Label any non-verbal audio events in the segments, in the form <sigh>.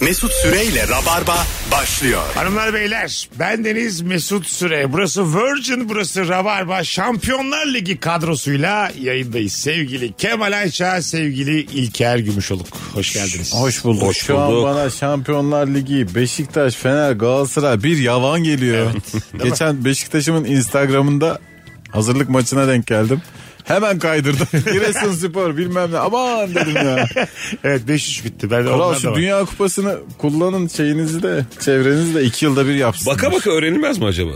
Mesut Süreyle Rabarba başlıyor. Hanımlar beyler ben Deniz Mesut Süre. Burası Virgin burası Rabarba Şampiyonlar Ligi kadrosuyla yayındayız. Sevgili Kemal Ayça, sevgili İlker Gümüşoluk. Hoş geldiniz. Hoş bulduk. Hoş Şu an bulduk. bana Şampiyonlar Ligi, Beşiktaş, Fener, Galatasaray bir yavan geliyor. <laughs> Geçen Beşiktaş'ımın Instagram'ında hazırlık maçına denk geldim. Hemen kaydırdım. <laughs> Giresun Spor bilmem ne. Aman dedim ya. <laughs> Evet 5-3 bitti. Ben Kral ondan da şu var. Dünya Kupası'nı kullanın şeyinizi de çevrenizi de iki yılda bir yapsın. Baka baka öğrenilmez mi acaba?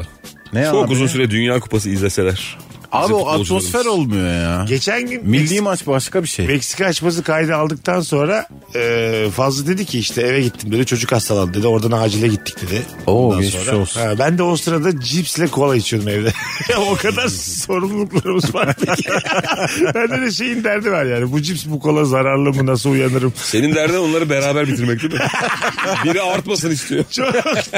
Ne Çok abi? uzun süre Dünya Kupası izleseler. Abi Bizim o atmosfer futbolcularımız. olmuyor ya. Geçen gün Milli maç başka bir şey. Meksika açması kaydı aldıktan sonra e, Fazlı dedi ki işte eve gittim dedi çocuk hastalandı dedi oradan acile gittik dedi. Oo, Ondan geçmiş olsun. Ha, ben de o sırada cipsle kola içiyordum evde. <laughs> o kadar sorumluluklarımız vardı ki. <laughs> Bende de şeyin derdi var yani bu cips bu kola zararlı mı nasıl uyanırım. <laughs> Senin derdin onları beraber bitirmek değil mi? Biri artmasın istiyor. Çok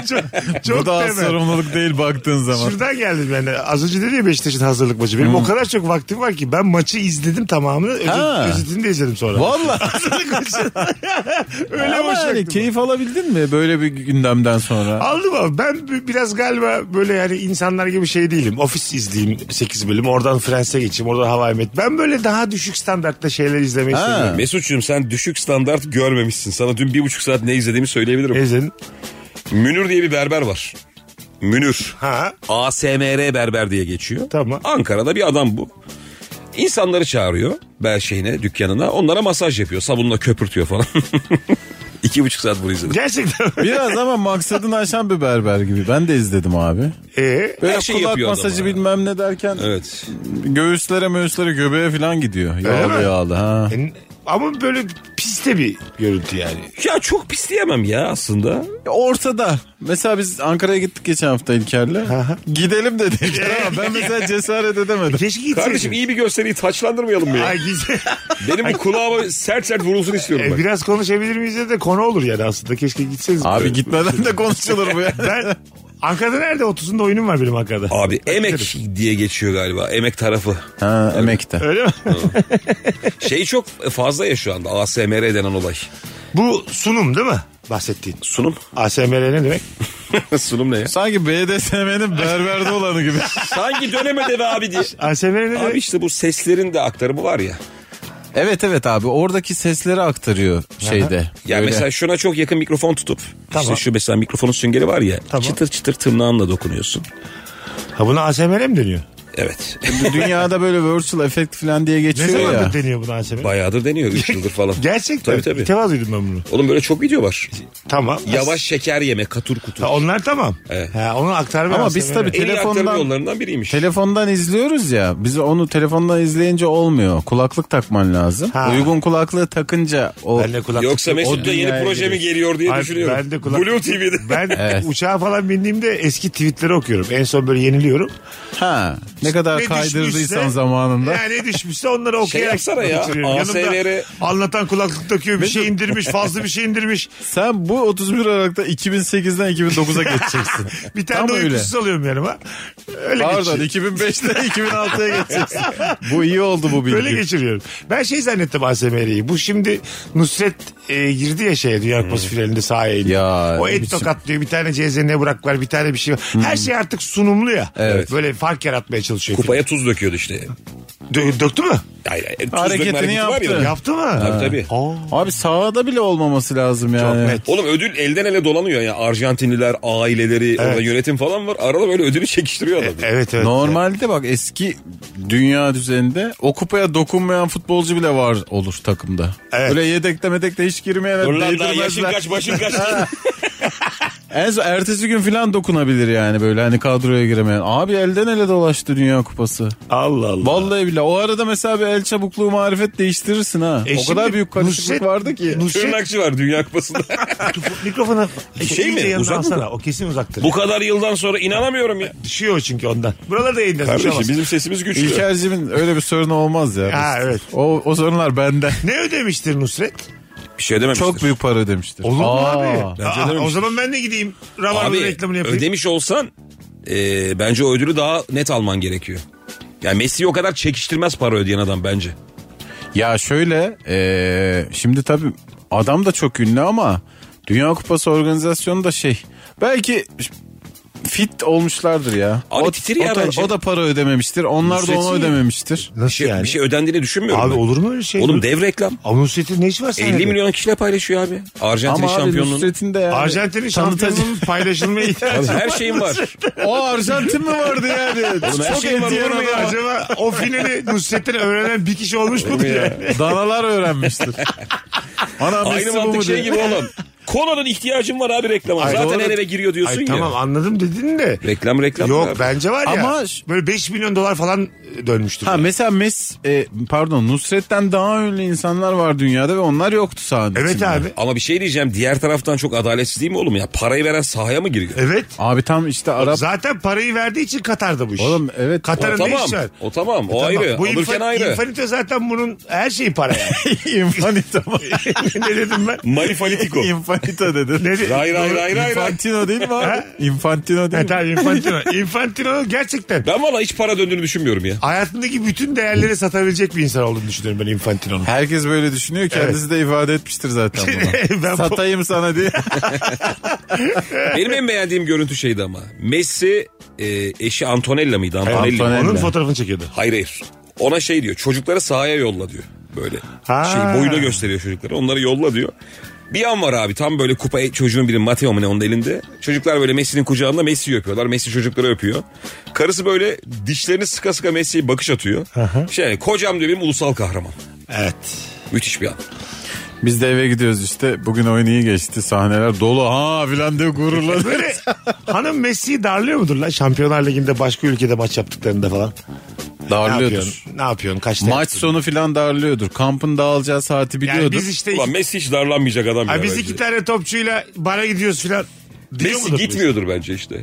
çok çok Bu da az temel. sorumluluk değil baktığın zaman. Şuradan geldim yani. Az önce dedi ya Beşiktaş'ın hazırlık maçı. Benim o kadar çok vaktim var ki ben maçı izledim tamamını. Ha. Özet- Özetini de izledim sonra. Vallahi. Hazırlık maçı. <laughs> Öyle Ama boş yani vaktim keyif alabildin mi böyle bir gündemden sonra? Aldım abi. Ben bi- biraz galiba böyle yani insanlar gibi şey değilim. Ofis izleyeyim 8 bölüm. Oradan Fransa'ya geçeyim. Oradan Hava Met. Ben böyle daha düşük standartta şeyler izlemeyi Ha. seviyorum. Mesut'cum sen düşük standart görmemişsin. Sana dün bir buçuk saat ne izlediğimi söyleyebilirim. Ezin. Münir diye bir berber var. Münir. Ha. ASMR berber diye geçiyor. Tamam. Ankara'da bir adam bu. İnsanları çağırıyor bel şeyine dükkanına. Onlara masaj yapıyor. Sabunla köpürtüyor falan. <laughs> İki buçuk saat bunu izledim. Gerçekten. Biraz ama maksadını aşan bir berber gibi. Ben de izledim abi. <laughs> Ee, Böyle Her şeyi kulak yapıyor adam masajı ya. bilmem ne derken Evet. göğüslere möğüslere göbeğe falan gidiyor. Yağlı mi? yağlı ha. en- ama böyle piste bir görüntü yani. Ya çok pis diyemem ya aslında. E, Ortada. Mesela biz Ankara'ya gittik geçen hafta İlker'le. Aha. <laughs> Gidelim dedik. Ama ben mesela cesaret edemedim. Keşke gitseydim. Kardeşim iyi bir gösteriyi taçlandırmayalım mı ya? Ay, gitse- Benim bu kulağıma sert sert vurulsun istiyorum <laughs> E, ben. biraz konuşabilir miyiz diye de konu olur yani aslında. Keşke gitseniz. Abi gitmeden de konuşulur bu ya. Ben Ankara'da nerede? 30'unda oyunum var benim Ankara'da. Abi emek diye geçiyor galiba. Emek tarafı. Ha, emekte. Öyle mi? Şey çok fazla ya şu anda ASMR denen olay. Bu sunum değil mi? Bahsettiğin. Sunum. <laughs> ASMR ne demek? Sunum ne ya? Sanki BDSM'nin berberde <laughs> olanı gibi. Sanki dönemedi be abi diye. ASMR ne demek? Abi işte bu seslerin de aktarımı var ya. Evet evet abi oradaki sesleri aktarıyor şeyde. Ya Böyle. mesela şuna çok yakın mikrofon tutup. Tamam. işte şu mesela mikrofonun süngeri var ya. Tamam. Çıtır çıtır tırnağınla dokunuyorsun. Ha buna ASMR mi deniyor? Evet. Dünyada böyle virtual efekt falan diye Ne geçiyor Şey ya. zamandır deniyor buna ASMR? Bayağıdır deniyor 3 yıldır falan. Gerçekten. Tabii tabii. İlk defa duydum ben bunu. Oğlum böyle çok video var. Tamam. Yavaş şeker yeme katur kutur. Ha, onlar tamam. Evet. Ha, onu aktarma. Ama biz ASMR. tabii- En iyi aktarım telefondan- yollarından biriymiş. Telefondan izliyoruz ya. Biz onu telefondan izleyince olmuyor. Kulaklık takman lazım. Ha. Uygun kulaklığı takınca o Ben de kulak. Yoksa Mesut'ta yeni dünyaya proje mi giriyorsun. geliyor diye Ay, düşünüyorum. ben de kulak- Blue TV'de. Ben Evet. uçağa falan bindiğimde eski tweetleri okuyorum. En son böyle yeniliyorum. Ha. Ne kadar Ne kaydırdıysan düşmüşse- zamanında. Yani ne düşmüşse onları okuyarak yapsana ya, geçiriyorum. ASMR'i Yanımda anlatan kulaklık takıyor. Bir şey indirmiş. Fazla bir şey indirmiş. Sen bu 31 Aralık'ta 2008'den 2009'a geçeceksin. <laughs> Bir tane Tam de öyle. uykusuz alıyorum yanıma. Öyle Pardon geçiyor. <laughs> 2005'ten 2006'ya geçeceksin. bu iyi oldu bu bilgi. Böyle geçiriyorum. Ben şey zannettim ASMR'yi. Bu şimdi Nusret e, girdi ya şeye Dünya Kupası finalinde sahaya indi. Ya, o ne et biçim- tokat diyor. Bir tane CZN Burak var. Bir tane bir şey var. Her şey artık sunumlu ya. Evet. Böyle fark yaratmaya çalışıyor. Kupaya tuz döküyordu işte. Dö- döktü mü? Hayır, hayır, tuz Hareketini dökme hareketi var ya. yaptı. Yaptı mı? Tabii tabii. Aa, Abi sahada bile olmaması lazım yani. net. Oğlum ödül elden ele dolanıyor ya. Arjantinliler, aileleri, orada yönetim falan var. Arada böyle ödülü çekiştiriyor adam. Evet evet. Normalde bak eski dünya düzeninde o kupaya dokunmayan futbolcu bile var olur takımda. Evet. Böyle yedekte medekte hiç girmeyen e, Dur lan daha yaşın değdirmezler. kaç, başın kaç. En son ertesi gün falan dokunabilir yani böyle hani kadroya giremeyen. Abi elden ele dolaştı Dünya Kupası. <laughs> Allah Allah. Vallahi bile o arada mesela bir el çabukluğu marifet değiştirirsin ha. E o şimdi kadar büyük karışıklık Nusret- vardı ki. Nusret Tırnakçı var Dünya Kupası'nda. mikrofonu Şey mi? İyice yanına Uzak mı? alsana. O kesin <laughs> uzaktır. Bu kadar yıldan sonra inanamıyorum ya. Düşüyor çünkü ondan. Buralarda yayınlasın. Kardeşim düşemez. bizim sesimiz güçlü. İlker'cimin öyle bir sorunu olmaz ya. Ha, evet. <laughs> O, o sorunlar bende. Ne ödemiştir Nusret? Bir şey ödememiştir. Çok büyük para ödemiştir. Olur mu Aa, abi? bence Aa, o ödememiştir. zaman ben de gideyim. Rabarbanın Abi reklamını yapayım. ödemiş olsan e, bence o ödülü daha net alman gerekiyor. Yani Messi o kadar çekiştirmez para ödeyen adam bence. Ya şöyle eee, şimdi tabii adam da çok ünlü ama Dünya Kupası organizasyonu da şey belki fit olmuşlardır ya. Abi o, titir ya o da, bence. o da para ödememiştir. Onlar da Nusret'in ona ya. ödememiştir. Bir Nasıl şey, bir şey ödendiğini düşünmüyorum Abi ben. olur mu öyle şey? Oğlum dev reklam. Anonsiyeti ne iş var 50 milyon kişiyle paylaşıyor abi. Arjantin Ama abi şampiyonluğunu. Nusret'in de yani. Arjantin'in Tanıtacı- şampiyonluğunun paylaşılmaya ihtiyacı var. Her şeyin var. <laughs> O Arjantin mi vardı yani? her Çok şeyin var etkileyen oğlum adam. ya. Acaba o finali Nusret'ten öğrenen bir kişi olmuş mu diye. Danalar öğrenmiştir. Ana Aynı Messi bu mu mantık şey diye. gibi oğlum. Kola'nın ihtiyacın var abi reklama. Ay, Zaten doğru. her eve giriyor diyorsun Ay, ya. tamam anladım dedin de. Reklam reklam. Yok abi. bence var ya. Ama- böyle 5 milyon dolar falan dönmüştür. Ha mesela Messi e, pardon Nusret'ten daha ünlü insanlar var dünyada ve onlar yoktu sahne evet içinde. abi. Ama bir şey diyeceğim diğer taraftan çok adaletsiz değil mi oğlum ya? Parayı veren sahaya mı giriyor? Evet. Abi tam işte Arap Zaten parayı verdiği için Katar'da bu iş. Oğlum evet. O Katar'ın <laughs> ne tamam. işi var? O tamam. O Tamam. ayrı. Bu Alırken infa- ayrı. Infanito zaten bunun her şeyi para yani. <laughs> İnfanito mu? <laughs> ne dedim ben? <laughs> Marifalitico. Infanito dedin. Ne de- Hayır hayır hayır hayır. hayır. Infantino değil mi abi? Infantino değil Ha, mi? tamam Infantino. Infantino gerçekten Ben valla hiç para döndüğünü düşünmüyorum ya. hayatındaki bütün değerleri satabilecek bir insan olduğunu düşünüyorum ben Infantino'nun. Herkes böyle düşünüyor. Kendisi de ifade etmiştir zaten bunu. <laughs> Ben bu- Satayım sana <laughs> diye. Benim en beğendiğim görüntü şeydi ama. Messi e, eşi Antonella mıydı? Antonelli. Antonella. Onun fotoğrafını çekiyordu. Hayır hayır. Ona şey diyor. Çocukları sahaya yolla diyor. Böyle. Ha. Şey boyuna gösteriyor çocukları. Onları yolla diyor. Bir an var abi tam böyle kupa çocuğun biri Mateo mu ne onun elinde. Çocuklar böyle Messi'nin kucağında Messi'yi öpüyorlar. Messi çocukları öpüyor. Karısı böyle dişlerini sıka sıka Messi'ye bakış atıyor. Şey kocam diyor benim ulusal kahraman. Evet. Müthiş bir an. Biz de eve gidiyoruz işte. Bugün oyun iyi geçti. Sahneler dolu. Ha filan diye gururlanıyor. E, Böyle hanım Messi'yi darlıyor mudur lan? Şampiyonlar Ligi'nde başka ülkede maç yaptıklarında falan. Ne <laughs> Darlıyordur. yapıyorsun? Ne yapıyorsun? Kaçta Maç yaptın? sonu filan darlıyordur. Kampın dağılacağı saati biliyordur. Yani biz işte Ulan Messi hiç darlanmayacak adam. Ha, ya biz bence. iki tane topçuyla bara gidiyoruz filan. diyor Messi mudur? gitmiyordur bence işte.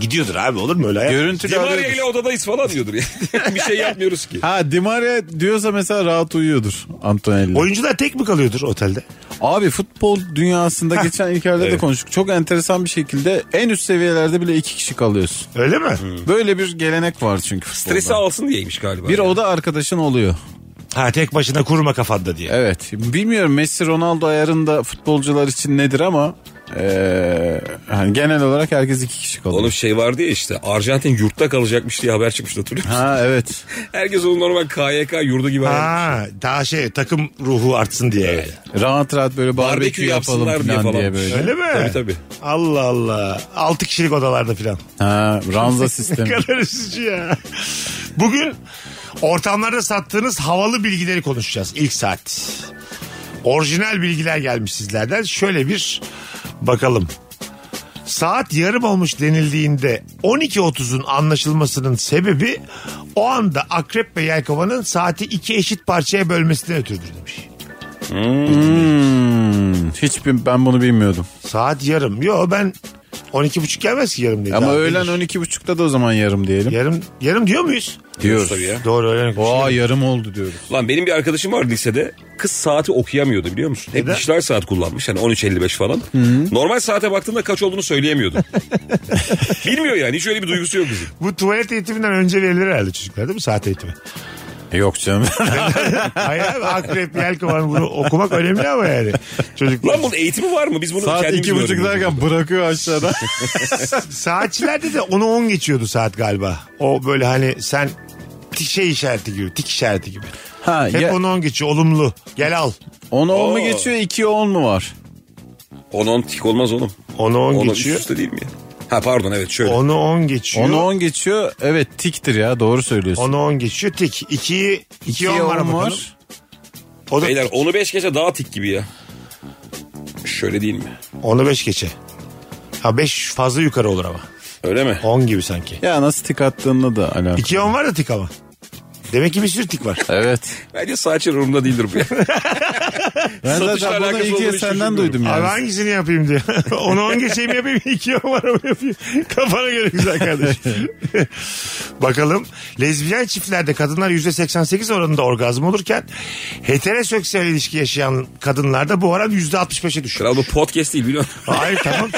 Gidiyordur abi olur mu öyle? ya? Görüntülü Di Maria alıyordur. ile odadayız falan <laughs> diyordur ya. <laughs> bir şey yapmıyoruz ki. Ha Di Maria diyorsa mesela rahat uyuyordur Antonelli. Oyuncular tek mi kalıyordur otelde? Abi futbol dünyasında geçen ilkelerde de konuştuk. Çok enteresan bir şekilde en üst seviyelerde bile iki kişi kalıyorsun. Öyle mi? Böyle bir gelenek var çünkü futbolda. Stresi alsın diyeymiş galiba. Bir ya. oda arkadaşın oluyor. Ha tek başına kurma kafanda diye. Evet. Bilmiyorum Messi Ronaldo ayarında futbolcular için nedir ama eee, hani genel olarak herkes iki kişi kalıyor. Oğlum şey vardı ya işte Arjantin yurtta kalacakmış diye haber çıkmıştı hatırlıyor musun? Ha evet. Herkes onu normal KYK yurdu gibi ayarlamış. Ha daha şey takım ruhu artsın diye. Rahat rahat böyle barbekü Barbekü yapalım yapsınlar falan diye, diye falan. böyle. Öyle mi? Tabii tabii. Allah Allah. 6 kişilik odalarda filan. Ha ranza sistemi. Ne kadar üzücü ya. Bugün ortamlarda sattığınız havalı bilgileri konuşacağız ilk saat. Orijinal bilgiler gelmiş sizlerden. Şöyle bir bakalım. Saat yarım olmuş denildiğinde 12.30'un anlaşılmasının sebebi o anda akrep ve yelkovanın saati iki eşit parçaya bölmesine ötürdür demiş. Hmm, hiç bi- ben bunu bilmiyordum. Saat yarım. Yo ben 12.30 gelmez ki yarım dedi. Ama Abi, öğlen bilir. 12.30'da da o zaman yarım diyelim. Yarım, yarım diyor muyuz? Diyoruz. Tabii ya. Doğru öğlen. Aa yarım oldu diyoruz. Lan benim bir arkadaşım var lisede. Kız saati okuyamıyordu biliyor musun? Hep Neden? dişler saat kullanmış. Hani 13.55 falan. Normal saate baktığında kaç olduğunu söyleyemiyordu. <laughs> Bilmiyor yani. Hiç öyle bir duygusu yok bizim. Bu tuvalet eğitiminden önce verilir herhalde çocuklar değil mi? Saat <laughs> eğitimi. Yok canım. Hayır abi akrep yelkovan bunu okumak önemli ama yani. Çocuklar. Lan bunun eğitimi var mı? Biz bunu Saat kendimiz iki mi buçuk öğreniyoruz? <laughs> derken bırakıyor aşağıda. <laughs> Saatçilerde de 10'a 10 geçiyordu saat galiba. O böyle hani sen ti- şey işareti gibi, tik işareti gibi. <laughs> ha, Hep ya, 10'a 10 geçiyor olumlu. Gel al. onu on mu Oo. geçiyor iki on mu var? 10-10 tik olmaz oğlum. 10'a 10 10 üst geçiyor. üste değil mi? ya? Ha pardon evet şöyle. 10'a 10 geçiyor. Onu on geçiyor. Evet tiktir ya doğru söylüyorsun. 10'a 10 geçiyor tik. 2'yi 2'ye 10 İkiye var on mı? bakalım? O da Beyler onu 5 gece daha tik gibi ya. Şöyle değil mi? 10'u 5 geçe. Ha 5 fazla yukarı olur ama. Öyle mi? 10 gibi sanki. Ya nasıl tik attığınla da alakalı. 2'ye 10 var da tik ama. Demek ki bir sürü tik var. Evet. Bence sadece umurumda değildir <laughs> bu. Ben Satışla zaten bunu alakası ilk olduğunu kez hiç senden düşünmüyorum. duydum Abi yani. hangisini yapayım diyor. <laughs> Onu 10 geçeyim yapayım, <laughs> 2 10 var mı yapayım. Kafana göre güzel kardeşim. Bakalım. Lezbiyen çiftlerde kadınlar %88 oranında orgazm olurken heteroseksüel ilişki yaşayan kadınlarda bu oran %65'e düşüyor. Kral bu podcast değil biliyor <laughs> musun? Hayır tamam.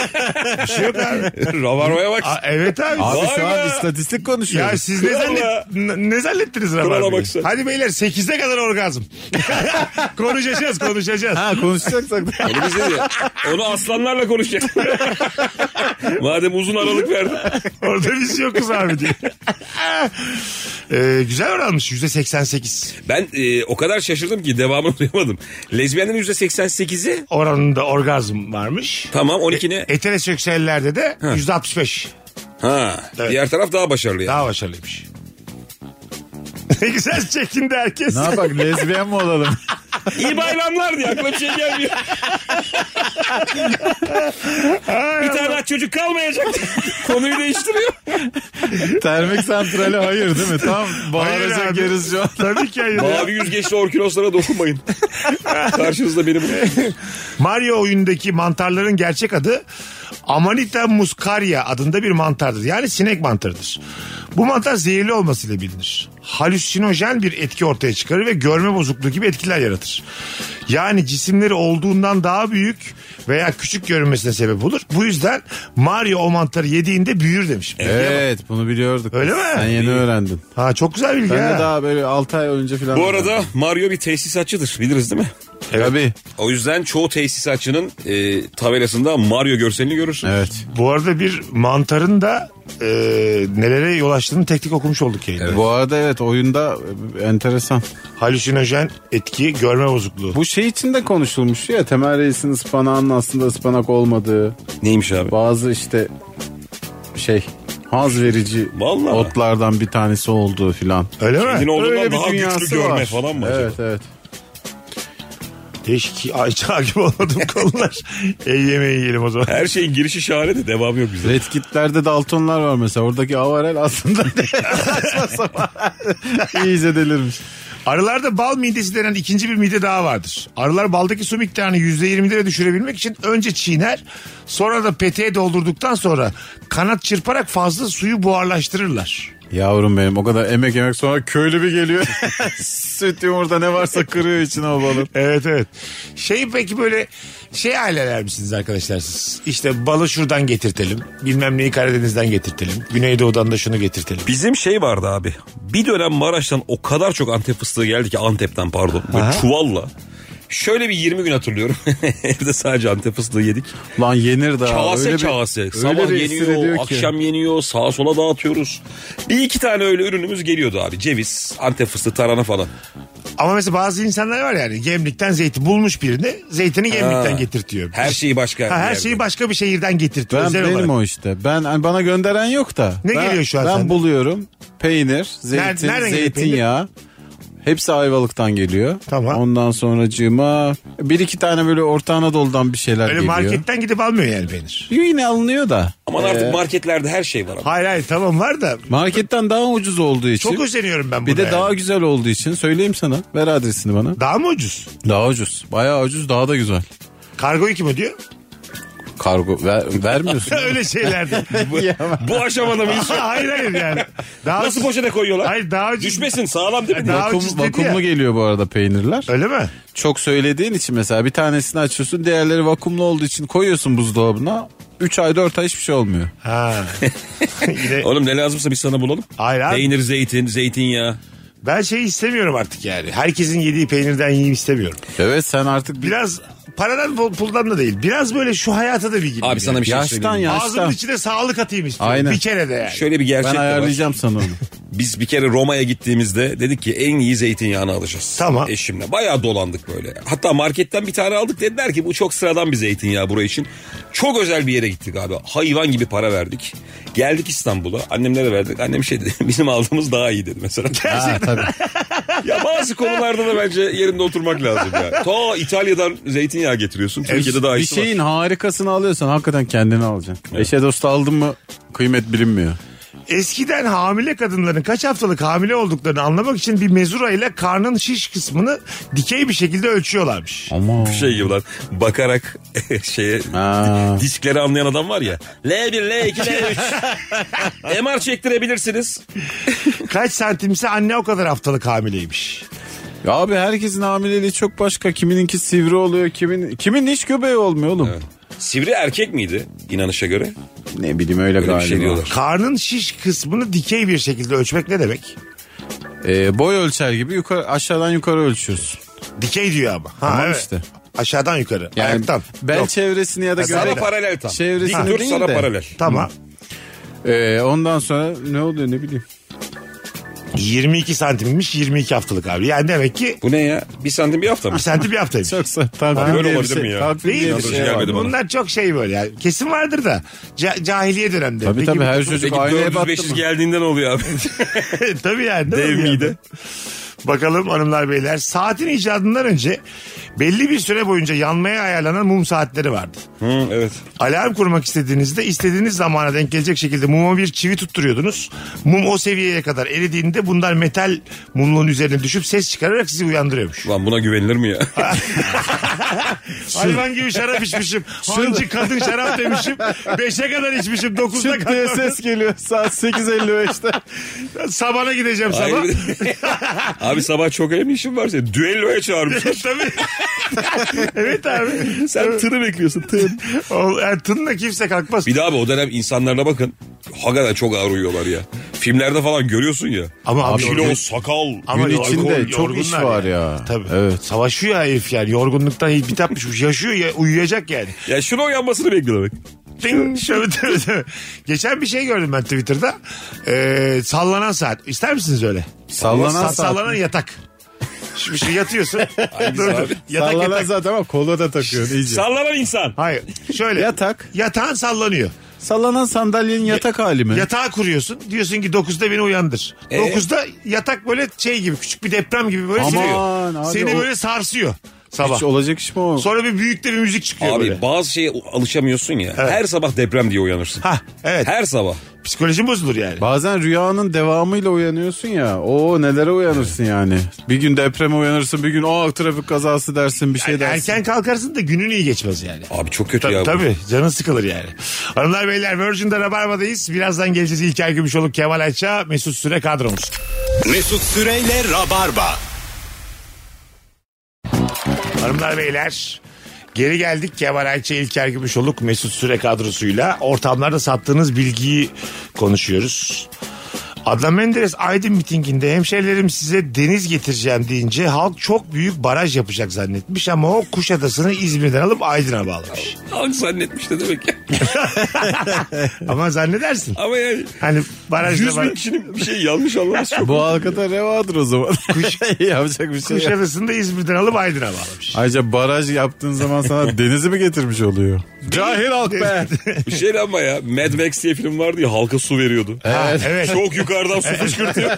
Bir şey yok abi. Ravarmaya bak. Aa, evet abi. Abi Vay şu be. an istatistik konuşuyoruz. Ya siz ne, Krala. zannet, n- ne zannettiniz Krala Rabarbe'yi? bak sen. Hadi beyler 8'e kadar orgazm. <laughs> konuşacağız konuşacağız. Ha konuşacaksak da. <laughs> Onu biz dedi. Onu aslanlarla konuşacak. <laughs> Madem uzun aralık verdi. Orada biz yokuz abi diye. <laughs> ee, güzel oranmış %88 Ben e, o kadar şaşırdım ki devamını duyamadım. Lezbiyenlerin %88'i oranında orgazm varmış. tamam E- 12'ne. Heteroseksüellerde de %65 Ha. Evet. Diğer taraf daha başarılı yani. daha başarılıymış. <laughs> ne güzel çekindi herkes. Ne yapak lezbiyen mi olalım? İyi bayramlar diye aklıma bir şey gelmiyor. bir tane daha çocuk kalmayacak. Konuyu değiştiriyor. Termik santrale hayır değil mi? Tam Hayır bağıracak abi. yeriz şu an. Tabii ki <laughs> hayır. Mavi yüzgeçli orkinoslara dokunmayın. Karşınızda benim. Mario oyundaki mantarların gerçek adı Amanita muscaria adında bir mantardır. Yani sinek mantarıdır. Bu mantar zehirli olmasıyla bilinir. Halüsinojen bir etki ortaya çıkarır ve görme bozukluğu gibi etkiler yaratır. Yani cisimleri olduğundan daha büyük veya küçük görünmesine sebep olur. Bu yüzden Mario o mantarı yediğinde büyür demiş. Evet bunu biliyorduk. Öyle biz. mi? Sen yeni öğrendin. Ha çok güzel bilgi Ben ha. de daha böyle 6 ay önce falan. Bu arada Mario bir tesisatçıdır biliriz değil mi? Tabii. O yüzden çoğu tesisatçının e, tabelasında Mario görselini görürsün. Evet. Bu arada bir mantarın da e, nelere yol açtığını tek tek okumuş olduk yayında. Bu arada evet oyunda e, enteresan. Halüsinojen etki görme bozukluğu. Bu şey için de konuşulmuş ya Temel Reis'in ıspanağının aslında ıspanak olmadığı Neymiş abi? bazı işte şey haz verici Vallahi. otlardan bir tanesi olduğu filan. Öyle mi? Kendini Öyle olduğundan bir daha güçlü dünyası görme var. falan mı Evet acaba? evet. Değişik ay takip olmadığım <laughs> konular. El yemeği yiyelim o zaman. Her şeyin girişi şahane de devamı yok bizde. Red Kit'lerde Daltonlar var mesela. Oradaki avarel aslında ne? <laughs> Saçma sapan. İyice delirmiş. Arılarda bal midesi denen ikinci bir mide daha vardır. Arılar baldaki su miktarını %20'lere düşürebilmek için önce çiğner sonra da peteğe doldurduktan sonra kanat çırparak fazla suyu buharlaştırırlar. Yavrum benim o kadar emek yemek sonra köylü bir geliyor. <laughs> Süt yumurta ne varsa kırıyor içine o balı. Evet evet. Şey peki böyle şey aileler misiniz arkadaşlar siz? İşte balı şuradan getirtelim. Bilmem neyi Karadeniz'den getirtelim. Güneydoğu'dan da şunu getirtelim. Bizim şey vardı abi. Bir dönem Maraş'tan o kadar çok Antep fıstığı geldi ki Antep'ten pardon. Böyle çuvalla. Şöyle bir 20 gün hatırlıyorum. <laughs> Evde sadece Antep fıstığı yedik. Lan yenir daha. Kase öyle bir- kase. öyle Sabah bir esir yeniyor, ediyor ki. akşam yeniyor, sağa sola dağıtıyoruz. Bir iki tane öyle ürünümüz geliyordu abi. Ceviz, Antep fıstığı, tarhana falan. Ama mesela bazı insanlar var yani gemlikten zeytin bulmuş birini zeytini gemlikten Ha. getirtiyor. Her şeyi başka. Ha, her yerde. şeyi başka bir şehirden getirtiyor. Ben özel benim olarak. o işte. Ben hani bana gönderen yok da. Ne Ben- geliyor şu an Ben sende? buluyorum. Peynir, Nereden- zeytin, nereden geliyor zeytinyağı. Hepsi Ayvalık'tan geliyor. Tamam. Ondan sonracığıma bir iki tane böyle Orta Anadolu'dan bir şeyler Öyle geliyor. marketten gidip almıyor yani peynir. Yine alınıyor da. Aman Ee. artık marketlerde her şey var abi. Hayır hayır tamam var da Marketten daha ucuz olduğu için. çok özeniyorum ben buna. bir de yani. daha güzel olduğu için söyleyeyim sana. Ver adresini bana. Daha mı ucuz? Daha ucuz. Bayağı ucuz daha da güzel. Kargoyu kim <laughs> ödüyor? Kargo ver, vermiyorsun. Öyle <laughs> şeylerde. Bu <laughs> aşamada mıyız? hayır hayır yani. Daha Nasıl ucuz- poşete koyuyorlar? Hayır daha ucuz. Düşmesin sağlam değil <laughs> mi? Daha Vakum, ucuz dedi ya. vakumlu geliyor bu arada peynirler. Öyle mi? Çok söylediğin için mesela bir tanesini açıyorsun diğerleri vakumlu olduğu için koyuyorsun buzdolabına. 3 ay 4 ay hiçbir şey olmuyor. <laughs> Ha. Yine, Oğlum ne lazımsa biz sana bulalım. Hayır abi. Peynir, zeytin, zeytinyağı. ben şey istemiyorum artık yani. Herkesin yediği peynirden yiyeyim istemiyorum. Evet sen artık bir Biraz paradan pul- puldan da değil. Biraz böyle şu hayata da bir gireyim. Abi sana yani. bir şey Yaştan söyleyeyim. ya- Ağzımın Yaştan. içine sağlık atayım istiyorum. Aynen. Bir kere de yani. Şöyle bir ben gerçek de var. ayarlayacağım sana <laughs> onu. Biz bir kere Roma'ya gittiğimizde dedik ki en iyi zeytinyağını alacağız. Tamam. Eşimle bayağı dolandık böyle. Hatta marketten bir tane aldık dediler ki bu çok sıradan bir zeytinyağı buraya için. Çok özel bir yere gittik abi. Hayvan gibi para verdik. Geldik İstanbul'a. Annemlere verdik. Annem şey dedi <laughs> bizim aldığımız daha iyi dedi <laughs> mesela. ha, tabii. <laughs> ya bazı konularda da bence yerinde oturmak lazım ya. Ta İtalya'dan zeytinyağı getiriyorsun. Türkiye'de daha bir şey iyisi var. şeyin harikasını alıyorsan hakikaten kendini alacaksın. Eşe dosta aldın mı kıymet bilinmiyor. Eskiden hamile kadınların kaç haftalık hamile olduklarını anlamak için bir mezura ile karnın şiş kısmını dikey bir şekilde ölçüyorlarmış. Ama <laughs> şey gibi lan bakarak <laughs> şeye Ha. diskleri anlayan adam var ya. L1, L2, L3. MR çektirebilirsiniz. Kaç santimse anne o kadar haftalık hamileymiş. Ya abi herkesin hamileliği çok başka. Kimininki sivri oluyor, kimin kimin hiç göbeği olmuyor oğlum. Sivri erkek miydi inanışa göre? Ne bileyim öyle, Öyle galiba. bir şey diyorlar. Karnın şiş kısmını dikey bir şekilde ölçmek ne demek? Ee, boy ölçer gibi yukarı aşağıdan yukarı ölçüyoruz. Dikey diyor ama. Ha, Tamam evet. işte. Aşağıdan yukarı. Yani şey- Ayaktan. bel Yok. çevresini ya da Sana göbek paralel tam. çevresini Dik dur değil sana de. paralel. Tamam. Ee, ondan sonra ne oluyor ne bileyim. <laughs> 22 santimmiş 22 haftalık abi. Yani demek ki Bu ne ya? Bir santim bir hafta mı? bir santim bir haftaymış. <laughs> Çok sa- takvim Böyle diye bir olabilir şey- mi ya? takvim Değil diye mi? bir Şey şey var. gelmedi bana. Bunlar çok şey böyle yani. Kesin vardır da. Ca- cahiliye dönemde. Tabii Peki tabii bu- her çocuk Peki aynaya 400 battı 500 mı? geldiğinde ne oluyor abi? <laughs> Tabii yani. değil Dev mi? mide. Bakalım hanımlar beyler. Saatin icadından önce belli bir süre boyunca yanmaya ayarlanan mum saatleri vardı. Hı, evet. Alarm kurmak istediğinizde istediğiniz zamana denk gelecek şekilde muma bir çivi tutturuyordunuz. Mum o seviyeye kadar eridiğinde bunlar metal mumluğun üzerine düşüp ses çıkararak sizi uyandırıyormuş. Lan buna güvenilir mi ya? Hayvan gibi şarap içmişim. Hancı kadın şarap demişim. Beşe kadar içmişim. Dokuzda Çık diye kadar. ses geliyor saat 8.55'te. Sabana gideceğim sabah. Hayır. <laughs> abi sabah çok önemli işim var senin. Düelloya çağırmışlar. Tabii. evet abi. Sen tırı bekliyorsun tırı. O, yani tınla kimse kalkmaz. Bir daha abi o dönem insanlarına bakın. Hakikaten çok ağır uyuyorlar ya. Filmlerde falan görüyorsun ya. Ama abi Kilo, yorgun- sakal. Ama Gün içinde yorgun- çok yorgunlar iş var ya. Tabii. Evet. Savaşıyor herif yani. Yorgunluktan bitap yaşıyor ya uyuyacak yani. Ya şuna uyanmasını bekliyorum. Ding, şöyle tabii, tabii. Geçen bir şey gördüm ben Twitter'da. Ee, sallanan saat. İster misiniz öyle? Sallanan Sa- saat. Sallanan yatak. Şimdi, şimdi <laughs> yatıyorsun. Dur, dur. abi? Yatak Sallanan yatak. zaten ama kola da takıyorsun iyice. Sallanan insan. Hayır. Şöyle. Yatak. Yatağın sallanıyor. Sallanan sandalyenin yatak hali mi? Yatağa kuruyorsun. Diyorsun ki 9'da beni uyandır. Ee? 9'da yatak böyle şey gibi küçük bir deprem gibi böyle E- Aman siliyor. abi Seni o- böyle sarsıyor sabah. Hiç olacak iş mi o? Sonra bir büyük de bir müzik çıkıyor Abi böyle. bazı şeye alışamıyorsun ya. Her sabah deprem diye uyanırsın. Ha evet. Her sabah. Psikolojin bozulur yani. Bazen rüyanın devamıyla uyanıyorsun ya. O nelere uyanırsın yani. Bir gün depreme uyanırsın, bir gün o trafik kazası dersin, bir şey dersin. Erken kalkarsın da günün iyi geçmez yani. Abi çok kötü Tabii, ya. bu. tabii canın sıkılır yani. Hanımlar beyler Virgin'de Rabarba'dayız. Birazdan geleceğiz İlker Gümüşoluk, Kemal Ayça, Mesut Süre kadromuz. Mesut Süreyle Rabarba. Hanımlar beyler geri geldik. Kemal Ayça, İlker Gümüşoluk, Mesut Süre kadrosuyla ortamlarda sattığınız bilgiyi konuşuyoruz. Adnan Menderes Aydın mitinginde hemşerilerim size deniz getireceğim deyince halk çok büyük baraj yapacak zannetmiş ama o Kuşadası'nı İzmir'den alıp Aydın'a bağlamış. Halk zannetmiş ne <laughs> demek ya. ama zannedersin. Ama yani Hani barajda 100 var. bin kişinin bir şey yanlış anlaması çok. Bu halkada revadır o zaman. <laughs> Yapacak bir şey yok. Kuşadası'nı da İzmir'den alıp Aydın'a bağlamış. Ayrıca baraj yaptığın <laughs> zaman sana denizi mi getirmiş oluyor? Cahil halk be. Bir şey ama ya Mad Max diye film vardı ya halka su veriyordu. Evet. <laughs> evet. Çok yukarıdan su <laughs> fışkırtıyor.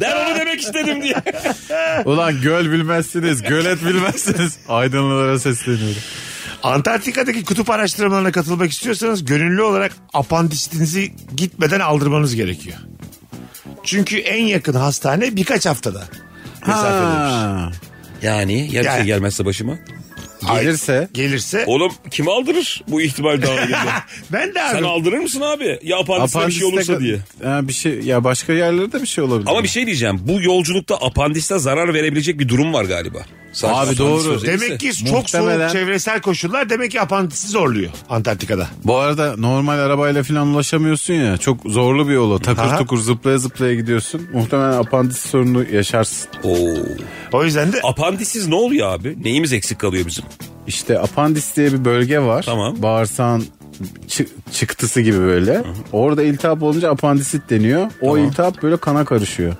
ben onu demek istedim diye. Ulan göl bilmezsiniz, gölet bilmezsiniz. <laughs> Aydınlılara sesleniyorum. Antarktika'daki kutup araştırmalarına katılmak istiyorsanız gönüllü olarak apandisitinizi gitmeden aldırmanız gerekiyor. Çünkü en yakın hastane birkaç haftada. mesafedeymiş. Ha, Yani ya bir Yani. şey gelmezse başıma. gelirse Gelirse Oğlum kim aldırır bu ihtimal dahilinde? <laughs> ben de Sen abi. aldırır mısın abi? Ya apandiste bir şey apandiste- olursa diye. Ha, bir şey ya başka yerlerde bir şey olabilir. Ama bir şey diyeceğim. Bu yolculukta apandiste zarar verebilecek bir durum var galiba. Sadece Abi apandis doğru. özellikle. Demek ki çok soğuk Muhtemelen- çevresel koşullar demek ki apandisi zorluyor Antarktika'da. Bu arada normal arabayla falan ulaşamıyorsun ya. Çok zorlu bir yola. Takır Aha. tukur zıplaya zıplaya gidiyorsun. Muhtemelen apandis sorunu yaşarsın. Oo. O yüzden de Apandissiz ne oluyor abi? Neyimiz eksik kalıyor bizim? İşte apandis diye bir bölge var. Tamam. Bağırsağın çı- çıktısı gibi böyle. Orada iltihap olunca apandisit deniyor. O iltihap böyle kana karışıyor.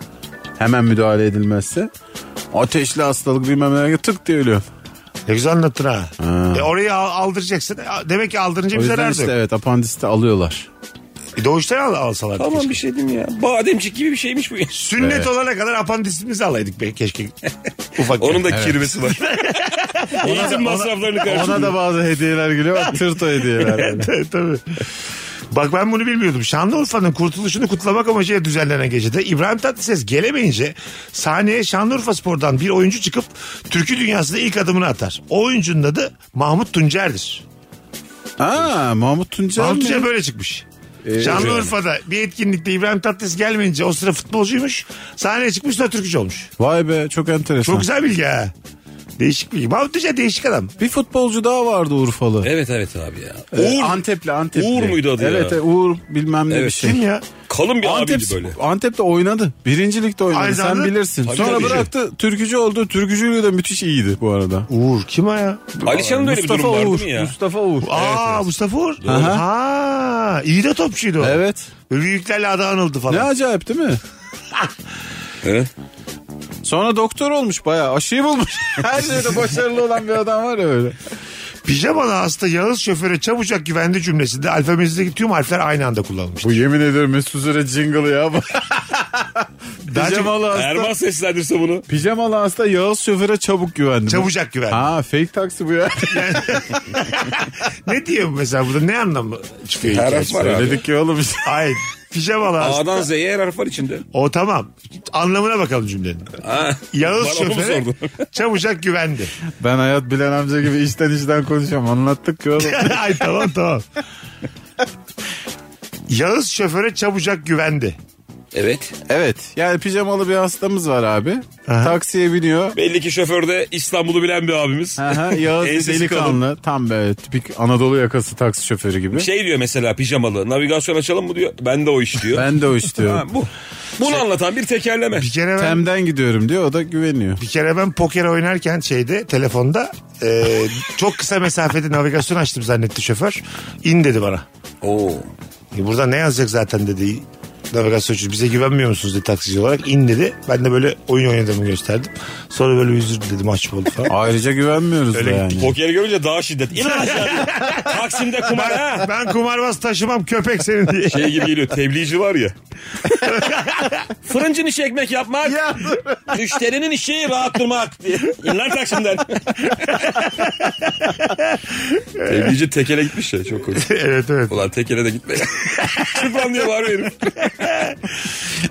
Hemen müdahale edilmezse. Ateşli hastalık bilmem ne tık diye ölüyor. ne güzel anlattın ha. E orayı al- aldıracaksın. Demek ki aldırınca O bir yüzden zarar işte da yok. evet apandiste alıyorlar. E doğuştan al- alsalardı keşke. Tamam bir şey diyeyim ya. Bademcik gibi bir şeymiş bu. <laughs> Sünnet olana kadar apandisimizi alaydık be keşke. Ufak. Onun da <laughs> kirvesi var. <laughs> Eğitim masraflarını <laughs> <laughs> karşılıyor. Ona da bazı hediyeler geliyor. Tırto hediyeler. böyle. Tabii, tabii. Bak ben bunu bilmiyordum. Şanlıurfa'nın kurtuluşunu kutlamak amacıyla düzenlenen gecede İbrahim Tatlıses gelemeyince sahneye Şanlıurfa Spor'dan bir oyuncu çıkıp türkü dünyasında ilk adımını atar. O oyuncunun adı Mahmut Tuncer'dir. Aa Mahmut Tuncel Mahmut mi? Tuncer böyle çıkmış. Şanlıurfa'da bir etkinlikte İbrahim Tatlıses gelmeyince o sıra futbolcuymuş. Sahneye çıkmış sonra türkücü olmuş. Vay be çok enteresan. Çok güzel bilgi ha. Değişik bilgi. Mahmut Tuncer değişik adam. Bir futbolcu daha vardı Urfalı. Evet evet abi ya. Ee, E, Uğur Antepli Antepli. Uğur muydu adı ya? evet, Evet Uğur bilmem ne Evet. bir şey. Kim ya? kalın bir Antep, abiydi böyle. Antep'te oynadı. Birinci ligde oynadı. Aynı Sen zamanda- bilirsin. Tabii, Sonra tabii. bıraktı. Türkücü oldu. Türkücülüğü de müthiş iyiydi bu arada. Uğur kim o ya? Alişan'ın da öyle bir Mustafa durum vardı Uğur. mı ya? Mustafa Uğur. Aa Mustafa Uğur. Aha. Ha, iyi de topçuydu o. Evet. Büyüklerle adı anıldı falan. Ne acayip değil mi? Evet. Sonra doktor olmuş bayağı. Aşıyı bulmuş. <laughs> Her şeyde başarılı olan bir adam var ya öyle. Pijamalı hasta Yağız şoföre çabucak güvendi cümlesinde alfabemizdeki tüm harfler aynı anda kullanılmış. Bu yemin ediyorum Mesut Süre jingle ya. bu. Pijamalı hasta. Erman seslendirse bunu. Pijamalı hasta Yağız şoföre çabuk güvendim. Çabucak güvendi. Ha fake taksi bu ya. Ne diyor bu mesela burada ne anlamı çıkıyor? Her hikaye? harf var abi. Söyledik ya oğlum. Hayır. Pijamalı hasta. A'dan Z'ye her harf var içinde. O tamam. Anlamına bakalım cümlenin. Ha. Yağız Bana onu şoföre <laughs> sordu. çabucak güvendi. <laughs> Ben hayat bilen amca gibi işten işten konuşuyorum. Anlattık ki oğlum. Ay tamam tamam. Yağız şoföre çabucak güvendi. Evet. Evet. Yani pijamalı bir hastamız var abi. Taksiye biniyor. Belli ki şoförde İstanbul'u bilen bir abimiz. Aha, <laughs> Yağız Ensesi delikanlı. Tam böyle tipik Anadolu yakası taksi şoförü gibi. Şey diyor mesela pijamalı. Navigasyon açalım mı diyor. Ben de o iş diyor. Ben de o iş Ha, diyorum. bu. Bunu anlatan bir tekerleme. Bir kere ben Temden gidiyorum diyor. O da güveniyor. Bir kere ben poker oynarken şeyde telefonda e, çok kısa mesafede navigasyon açtım zannetti şoför. İn dedi bana. Oo. E, burada ne yazacak zaten dedi navigasyoncu. Bize güvenmiyor musunuz dedi taksici olarak. İn dedi. Ben de böyle oyun oynadığımı gösterdim. Sonra böyle üzüldü dedi maç oldu <laughs> falan. Ayrıca güvenmiyoruz da Öyle yani. Pokeri görünce daha şiddet. İn lan aşağı <laughs> diyor. Taksim'de kumar ha. ben kumarbaz taşımam köpek senin <laughs> diye. Şey gibi geliyor tebliğci var <laughs> ya. Fırıncın işi ekmek yapmak. Müşterinin işi rahat durmak diye. İn lan Taksim'den. <laughs> tebliğci tekele gitmiş ya çok komik. evet evet. Ulan tekele de gitme ya. Çıplan diye bağırıyor herif.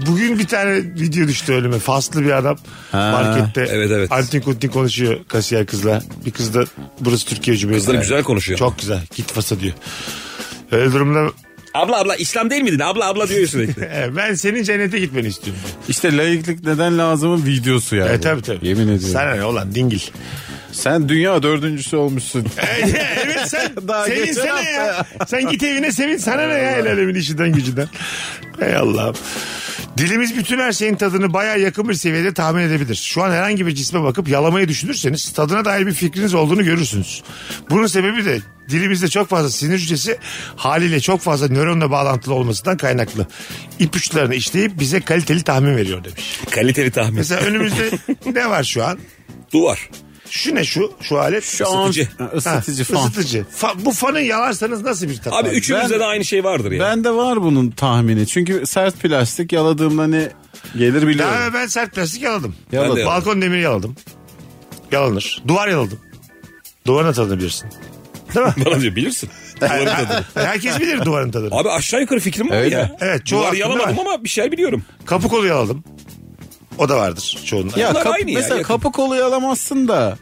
Bugün bir tane video düştü önüme. Faslı bir adam markette. evet, evet. Antin kuntin konuşuyor kasiyer kızla. Bir kız da burası Türkiye Cumhuriyeti. Kızlar güzel konuşuyor. Çok güzel. Git Fas'a diyor. Öyle durumda Abla abla İslam değil miydin? Abla abla diyor <laughs> sürekli. e, ben senin cennete gitmeni istiyorum. İşte layıklık neden lazımın videosu yani. E, tabii tabii. Yemin ediyorum. Sana Sen, ne olan dingil. dünya dördüncüsü olmuşsun. E, evet sen <laughs> Daha geçen sevinsene hafta ya. sen git evine sevin. Sana ne ya el alemin işinden gücünden. Ey Allah'ım. Dilimiz bütün her şeyin tadını baya yakın bir seviyede tahmin edebilir. Şu an herhangi bir cisme bakıp yalamayı düşünürseniz tadına dair bir fikriniz olduğunu görürsünüz. Bunun sebebi de dilimizde çok fazla sinir hücresi haliyle çok fazla nöronla bağlantılı olmasından kaynaklı. İpuçlarını işleyip bize kaliteli tahmin veriyor demiş. Kaliteli tahmin. Mesela önümüzde <laughs> ne var şu an? Duvar. Şu ne şu? Şu alet. Şu an- Isıtıcı. Isıtıcı falan. Isıtıcı. Fa- bu fanı yalarsanız nasıl bir tat? Abi var? üçümüzde Ben- de aynı şey vardır yani. Ben de var bunun tahmini. Çünkü sert plastik yaladığımda ne gelir biliyorum. Daha ben sert plastik yaladım. Yaladım. Ben de yaladım. Balkon demiri yaladım. Yalanır. Duvar yaladım. Duvarın tadını <laughs> bilirsin. Değil mi? Bana <laughs> diyor bilirsin. Duvarın tadını. Herkes bilir duvarın tadını. Abi aşağı yukarı fikrim var Öyle. ya. Evet, çoğu Duvar aklımda yalamadım var. ama bir şey biliyorum. Kapı kolu yaladım. O da vardır çoğunun. Ya Bunlar kap- aynı ya, mesela yakın. kapı kolu yalamazsın da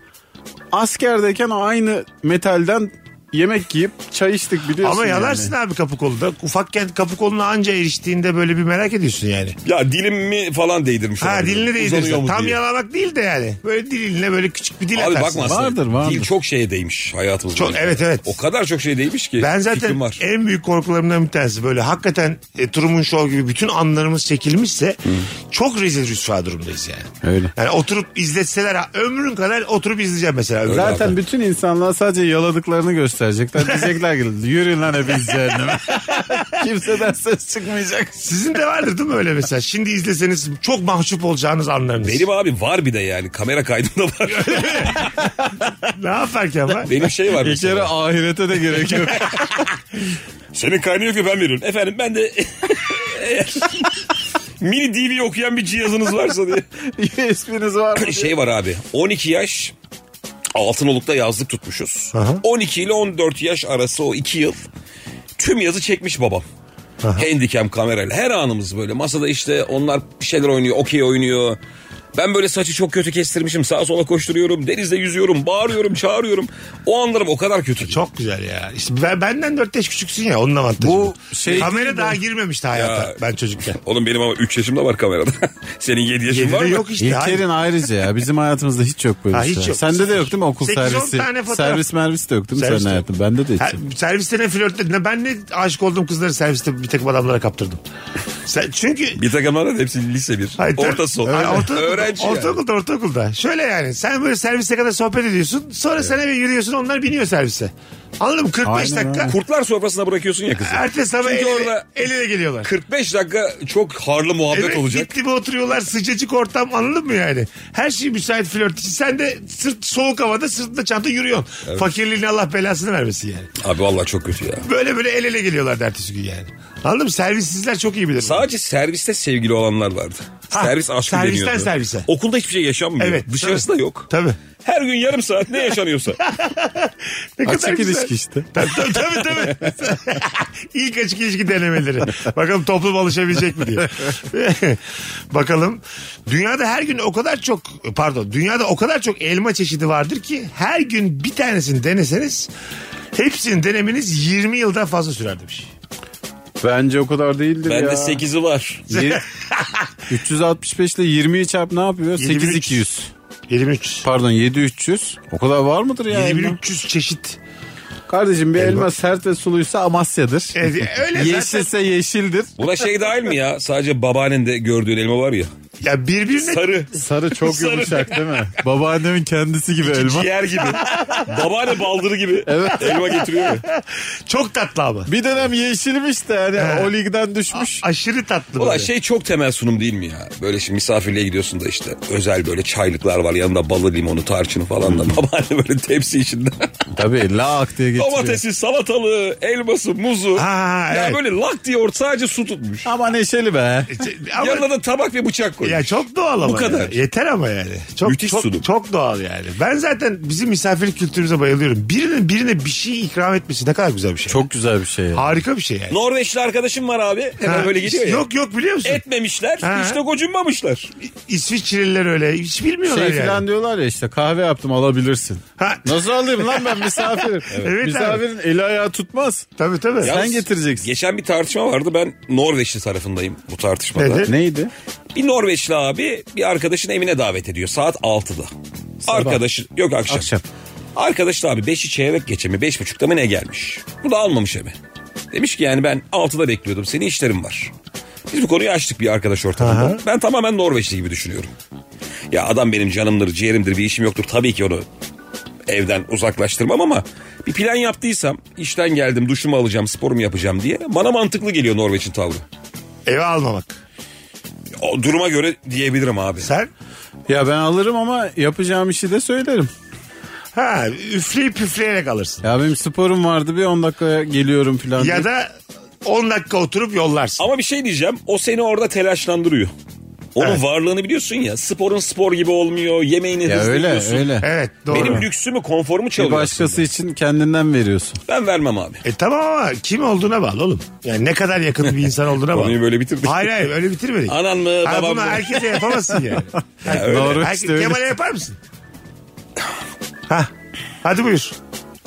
askerdeyken o aynı metalden yemek yiyip çay içtik biliyorsun. Ama yalarsın Yani. abi kapı kolu da. Ufakken kapı koluna anca eriştiğinde böyle bir merak ediyorsun yani. Ya dilimi falan değdirmiş. Ha olabilir. dilini de Uzanıyor yedirsin. mu Tam diye. yalamak değil de yani. Böyle dilinle böyle küçük bir dil Abi atarsın. bakma aslında. Vardır, vardır. Dil çok şeye değmiş hayatımızda. Çok- evet, evet. O kadar çok şeye değmiş ki. Ben fikrim zaten var. en büyük korkularımdan bir tanesi böyle hakikaten e, Truman Show gibi bütün anlarımız çekilmişse çok rezil rüsva durumdayız yani. Öyle. Yani oturup izletseler ha, ömrün kadar oturup izleyeceğim mesela. ömrüm. Zaten bütün insanlar sadece yaladıklarını gösterecekler. Diyecekler ki yürüyün lan <laughs> hepiniz cehenneme. Kimseden ses çıkmayacak. Sizin de vardır değil mi öyle mesela? Şimdi izleseniz çok mahcup olacağınız anlarınız. Benim abi var bir de yani kamera kaydında var. <laughs> Ne yaparken var? Benim şey var Bir kere mesela. ahirete de <laughs> gerek yok. Senin kaynıyor ki ben veriyorum. Efendim ben de <laughs> <laughs> eğer mini DV okuyan bir cihazınız varsa diye. Espriniz var mı? şey var abi 12 yaş Altınoluk'ta yazlık tutmuşuz. Aha. 12 ile 14 yaş arası o 2 yıl Tüm yazı çekmiş babam. Handicam kamerayla her anımız böyle masada işte onlar bir şeyler oynuyor okey oynuyor. Ben böyle saçı çok kötü kestirmişim sağa sola koşturuyorum denizde yüzüyorum bağırıyorum çağırıyorum. O anlarım o kadar kötü. ki. Çok güzel ya. İşte ben, benden 4 yaş küçüksün ya onun avantajı. Bu Bu şey Kamera değil daha girmemişti hayata Ya. ben çocukken. Oğlum benim ama 3 yaşımda var kamerada. <laughs> Senin 7 yaşın var Yedide mı? yok işte. hayır. İlker'in ayrıca ya bizim hayatımızda hiç yok böyle Ha, bir hiç şey. yok. Sende de yok değil mi okul 8-10 servisi? tane fotoğraf. Servis mervis de yok değil mi Servis senin de yok. hayatın? Bende de hiç. Ha, yok. serviste ne flört dediğinde ben ne aşık olduğum kızları serviste bir takım adamlara kaptırdım. Sen, çünkü Bir takımlarda da hepsi lise bir. Hayır, tabii. Orta sol. Hayır, ortaokulda, Öğrenci yani. ortaokulda, ortaokulda. Şöyle yani sen böyle servise kadar sohbet ediyorsun. Sonra sen eve yürüyorsun onlar biniyor servise. Anladın mı? 45 Aynen dakika. öyle. Kurtlar sofrasına bırakıyorsun ya kızı. Ertesi sabah Çünkü el, orada el ele geliyorlar. 45 dakika çok harlı muhabbet Evet, olacak. Gitti mi oturuyorlar sıcacık ortam anladın mı yani? Her şey müsait flört için. Sen de sırt soğuk havada sırtında çanta yürüyorsun. Fakirliğin Allah belasını vermesin yani. Abi vallahi çok kötü ya. Böyle böyle el ele geliyorlar ertesi gün yani. Anladın mı? Servissizler çok iyi bilir. bunu. Sadece serviste sevgili olanlar vardı. Ha, Servis aşkı servisten deniyordu. servise. Okulda hiçbir şey yaşanmıyor. Evet, Dışarısı tabii. da yok. Tabii. Her gün yarım saat ne <laughs> yaşanıyorsa. Ne kadar Açık güzel. ilişki işte. <laughs> tabii tabii tabii. tabii. <laughs> İlk açık ilişki denemeleri. Bakalım toplum alışabilecek mi diye. <laughs> Bakalım. Dünyada her gün o kadar çok pardon dünyada o kadar çok elma çeşidi vardır ki her gün bir tanesini deneseniz hepsini denemeniz 20 yıldan fazla sürer demiş. Bence o kadar değildir ya. Bende 8'i var. <laughs> Yir- 365 ile 20'yi çarp ne yapıyor? 7300. 8200. 23. Pardon 7300. O kadar var mıdır ya? elma? 7300 çeşit. Kardeşim bir elma sert ve suluysa Amasya'dır. Evet, E, <laughs> öyle zaten. Yeşilse yeşildir. Buna şey dahil mi ya? Sadece babaannen de gördüğün elma var ya. Ya birbirine Sarı. Sarı çok Sarı. yumuşak değil mi? <laughs> Babaannemin kendisi gibi elma. şey. Ciğer gibi. Babaanne baldırı gibi. Elma getiriyor ya. çok tatlı ama. Bir dönem yeşilmiş de yani He. o <laughs> ligden düşmüş. Aşırı tatlı. Ulan böyle. şey çok temel sunum değil mi ya? Böyle şimdi misafirliğe gidiyorsun da işte özel böyle çaylıklar var yanında balı limonu tarçını falan Hmm. da babaanne böyle <laughs> tepsi içinde. Tabii lak diye geçiriyor. Domatesi, salatalığı, elması, muzu. Ha, ya evet. böyle lak diye orta sadece su tutmuş. Ama neşeli be. Ama- Yanına da tabak ve bıçak koymuş. Ya çok doğal ama. Bu kadar. ya. Yeter ama yani. Çok, Müthiş çok, sunum. Çok doğal yani. Ben zaten bizim misafir kültürümüze bayılıyorum. Birinin birine bir şey ikram etmesi ne kadar güzel bir şey. Çok güzel bir şey. ya. Harika bir şey yani. Norveçli arkadaşım var abi. Hemen Ha, böyle geliyor ya. Yok yok biliyor musun? Etmemişler. Ha. Hiç de gocunmamışlar. İsviçreliler öyle. Hiç bilmiyorlar Şey yani. filan diyorlar ya işte kahve yaptım alabilirsin. Ha, Nasıl alayım lan ben misafirim. <laughs> Evet Misafirin eli ayağı tutmaz. tabii tabii. Sen getireceksin. Geçen bir tartışma vardı. Ben Norveçli tarafındayım bu tartışmada. Nedir? Neydi? Bir Norveçli abi bir arkadaşını evine davet ediyor saat 6'da. Arkadaşı yok akşam. Akşam. Arkadaş da abi 5'i çeyrek geçe mi 5.30'da mı ne gelmiş. Bu da almamış eve. Demiş ki yani ben 6'da bekliyordum senin işlerin var. Biz bu konuyu açtık bir arkadaş ortamında. Ben tamamen Norveçli gibi düşünüyorum. Ya adam benim canımdır ciğerimdir bir işim yoktur tabii ki onu evden uzaklaştırmam ama bir plan yaptıysam işten geldim duşumu alacağım sporumu yapacağım diye bana mantıklı geliyor Norveç'in tavrı. Eve almamak. O duruma göre diyebilirim abi. Sen? Ya ben alırım ama yapacağım işi de söylerim. Ha üfleyip püfleyerek alırsın. Ya benim sporum vardı bir 10 dakikaya geliyorum filan. diye. Ya da 10 dakika oturup yollarsın. Ama bir şey diyeceğim. O seni orada telaşlandırıyor. Onun Evet. varlığını biliyorsun ya. Sporun spor gibi olmuyor. Yemeğini ya hızlı öyle yiyorsun. öyle. Evet doğru. Benim lüksümü, konforumu Bir çalıyor başkası için kendinden veriyorsun. aslında. Ben vermem abi. E tamam ama kim olduğuna bağlı oğlum. Yani ne kadar yakın bir insan <laughs> olduğuna bağlı. Konuyu böyle bitirdik. Hayır hayır öyle bitirmedik. Anan mı, Ha, babam bunu mı? herkese yapamazsın <laughs> yani. Ha, öyle. Doğru, herkes- işte öyle. Kemal'e yapar mısın? ha. Hadi buyur.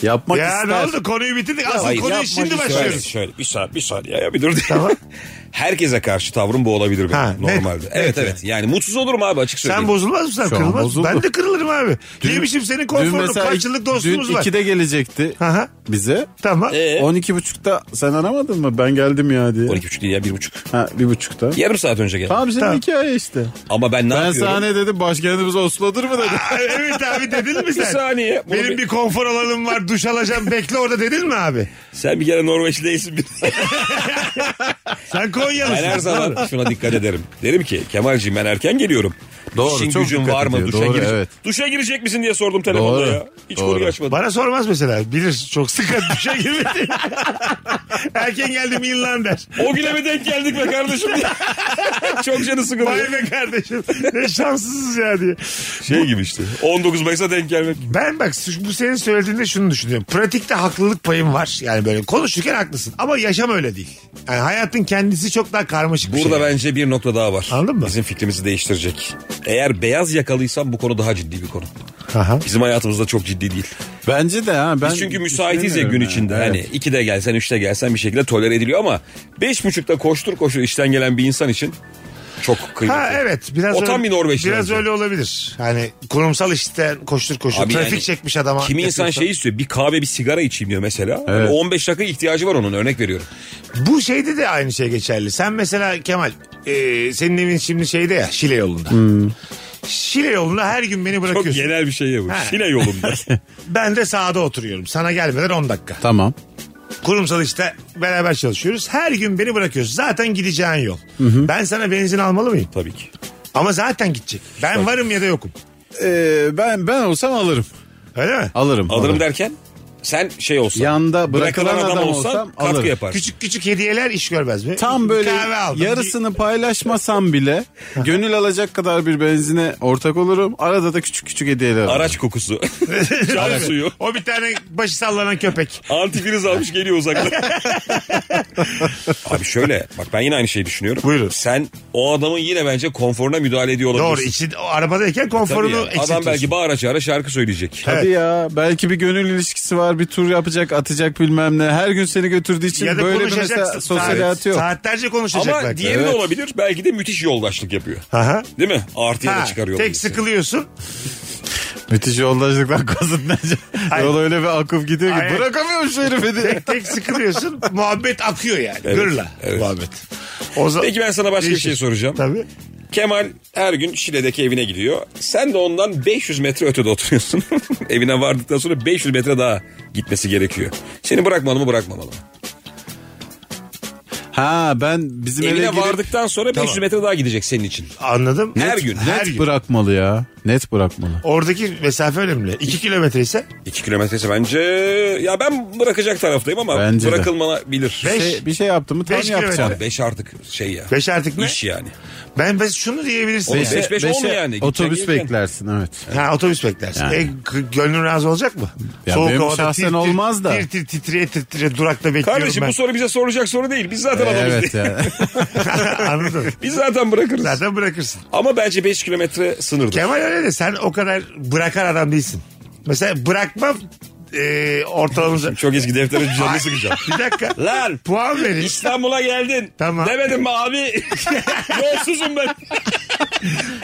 Yapmak ya ne ister. oldu konuyu bitirdik. Asıl Hayır, konuya yapma şimdi işte. Şöyle, başlıyoruz. şöyle bir saat bir saat ya, ya bir dur. Tamam. Herkese karşı tavrım bu olabilir benim Ha, net. normalde. evet evet. Yani mutsuz olurum abi açık söyleyeyim. <laughs> Sen bozulmaz mısın? Şu an Kırılmaz mısın? bozuldu. Ben de kırılırım abi. Dün, Yemişim senin konforunu kaç yıllık dostumuz dün var. 2'de gelecekti Aha, bize. tamam. Ee? 12.30'da sen aramadın mı? Ben geldim ya diye. 12.30 değil ya 1.30. Ha, bir buçukta. Yarım saat önce geldim. Tamam senin Tamam. hikaye işte. Ama ben ne ben yapıyorum? sana ne dedim başkentimiz Oslo'dur mu <laughs> dedim. <laughs> Ay, evet abi dedin mi Bir sen? saniye. Bunu Benim bir- bir konfor alanım var duş alacağım bekle orada dedin mi abi? Sen bir kere Norveçli değilsin. Sen Konyalısın. Ben her zaman şuna dikkat ederim. Derim ki Kemal'cim ben erken geliyorum. Doğru, İşin çok gücün dikkat var mı? ediyor. Duşa, Doğru, girecek- evet. duşa girecek misin diye sordum telefonda Doğru, ya. Hiç doğru. konuyu açmadı. Bana sormaz mesela. Bilir çok sıkı duşa girmedi. <laughs> Erken geldim yıllan der. O güne mi denk geldik be kardeşim <laughs> diye. Çok canı Vay sıkılıyor. be kardeşim. Ne şanssızız ya diye. Şey gibi işte. 19 Mayıs'a denk gelmek. Ben bak şu- bu senin söylediğinde şunu düşünüyorum. Pratikte haklılık payım var. Yani böyle konuşurken haklısın. Ama yaşam öyle değil. Yani hayatın kendisi çok daha karmaşık bir Burada şey. bence bir nokta daha var. Anladın mı? Bizim fikrimizi değiştirecek. Eğer beyaz yakalıysan bu konu daha ciddi bir konu. <laughs> Aha. Bizim hayatımızda çok ciddi değil. Bence de ha. Ben Biz çünkü müsaitiz ya gün düşünemiyorum içinde. yani. Hani Evet. iki de gelsen, üçte gelsen bir şekilde tolere ediliyor ama beş buçukta koştur koştur işten gelen bir insan için çok kıymetli. Ha evet biraz şey. O tam öyle, bir Norveçli Biraz bence. öyle olabilir. Hani kurumsal işten koştur koştur Abi trafik yani çekmiş adama. Kimi insan yapıyorsan. şey istiyor. Bir kahve bir sigara içeyim diyor mesela. Hani Evet. 15 dakika ihtiyacı var onun örnek veriyorum. Bu şeyde de aynı şey geçerli. Sen mesela Kemal e, senin evin şimdi şeyde ya Şile yolunda. Şile yolunda her gün beni Çok bırakıyorsun. genel bir şey ya bu. Ha. Şile yolunda. Ben de sağda oturuyorum. Sana gelmeden 10 dakika. Tamam. Kurumsal işte beraber çalışıyoruz. Her gün beni bırakıyorsun. Zaten gideceğin yol. Ben sana benzin almalı mıyım? <laughs> Tabii ki. Ama zaten gidecek. Ben varım ya da yokum. Ee, ben ben olsam alırım. Öyle mi? Alırım. Alırım derken sen şey olsan. Yanda bırakılan adam olsam katkı alırım. yapar. Küçük küçük hediyeler iş görmez mi? Tam böyle Kahve aldım. yarısını paylaşmasam bile gönül alacak kadar bir benzine ortak olurum. Arada da küçük küçük hediyeler alırım. Araç <laughs> kokusu. Çay suyu. O bir tane başı sallanan köpek. Antifriz almış geliyor uzaktan. Abi şöyle bak ben yine aynı şeyi düşünüyorum. Buyurun. Sen o adamın yine bence konforuna müdahale ediyor olabilirsin. Doğru. içi, o E, arabadayken Tabii konforunu ya. eksiltiyorsun. Adam belki bağıra çağıra şarkı söyleyecek. Hadi Evet. ya belki bir gönül ilişkisi var bir tur yapacak atacak bilmem ne her gün seni götürdüğü için ya da böyle bir konuşacaksın. mesela sosyal Saat- hayatı yok. Saatlerce konuşacak Ama belki. diğeri de Evet. olabilir. Belki de müthiş yoldaşlık yapıyor. Aha. Değil mi? Artıya da Ha, çıkarıyor. tek olabilirsin. sıkılıyorsun. Müthiş yoldaşlıktan kasıt ne? Yol öyle bir akıp gidiyor ki Hayır. bırakamıyorum şu herifi diye. Tek tek sıkılıyorsun. <laughs> muhabbet akıyor yani. Evet, Gırla evet. muhabbet. O zaman, Peki ben sana başka bir şey soracağım. Tabii. Kemal her gün Şile'deki evine gidiyor. Sen de ondan 500 metre ötede oturuyorsun. <laughs> Evine vardıktan sonra 500 metre daha gitmesi gerekiyor. Seni bırakmalı mı bırakmamalı mı? Ha ben bizim eve Evine girip vardıktan sonra 500 metre daha gidecek senin için. Anladım. Her gün. Her net gün. bırakmalı ya. Net bırakmalı. Oradaki mesafe önemli. 2 kilometre ise 2 kilometresi bence... Ya ben bırakacak taraftayım ama Bence de. bırakılmayabilir. Beş. Şey, bir şey yaptım mı tam Beş kilometre. yapacağım. 5 artık şey ya. 5 artık ne? İş yani. Ben ben şunu diyebilirsin. Oğlum yani. beş- beş olmuyor yani. Gideceksin, Otobüs gelirken. beklersin evet. Ha otobüs beklersin. Yani. E, g- gönlün razı olacak mı? Ya benim şahsen olmaz da. Tir tir titriye tir titriye durakta bekliyorum Kardeşim ben. bu soru bize sorulacak soru değil. Biz zaten adamız evet değil. <laughs> ya. <laughs> Anladın. Biz zaten bırakırız. Zaten bırakırsın. Ama bence 5 kilometre sınırdır. Kemal öyle de sen o kadar bırakan adam değilsin. Mesela bırakma e, <laughs> ortalamamızı. Çok eski deftere canını sıkacağım. Bir dakika. <laughs> Lan Puan verin. İstanbul'a geldin. Tamam. Demedim <laughs> mi abi? Yolsuzum ben.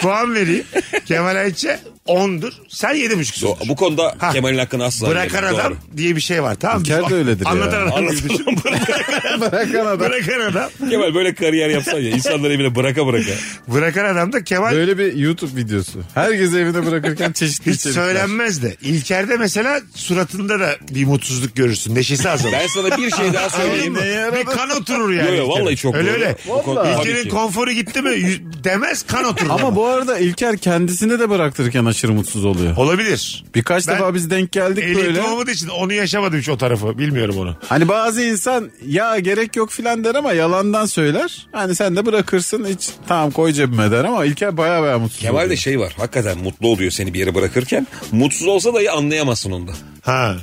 Puan vereyim. Kemal Ayça 10'dur. Sen 7.5'sun. Do- bu konuda Ha. Kemal'in hakkını asla Bırakan yemedim. adam Doğru. diye bir şey var tamam mı? İlker de öyledir ya. Anlatan adam. gibi düşün. Anlatalım bırakan. Bırakan adam. Bırakan adam. <laughs> Kemal böyle kariyer yapsan ya. İnsanları bile bıraka bıraka. Bırakan adam da Kemal Böyle bir YouTube videosu. Herkes evine bırakırken çeşitli hiç içerikler. söylenmez de. İlker'de mesela suratında da bir mutsuzluk görürsün. Neşesi azalır. Ben sana bir şey daha söyleyeyim. Neye yarar- bir kan oturur yani. Yo, yo, İlker'e. vallahi çok Öyle doğru. öyle. O konuda Vallahi. tabii İlker'in ki. konforu gitti mi yüz- demez kan oturur. Ama bu arada İlker kendisini de bıraktırırken aşırı mutsuz oluyor. Olabilir. Birkaç Ben- defa biz denk geldik böyle. Ehliyetim olmadığı için onu yaşamadım hiç o tarafı. Bilmiyorum onu. Hani bazı insan ya gerek yok filan der ama yalandan söyler. Hani sen de bırakırsın hiç tamam koy cebime der ama İlker baya baya mutsuz Kemal de oluyor. şey var. Hakikaten mutlu oluyor seni bir yere bırakırken. Mutsuz olsa dahi anlayamazsın onda. Ha.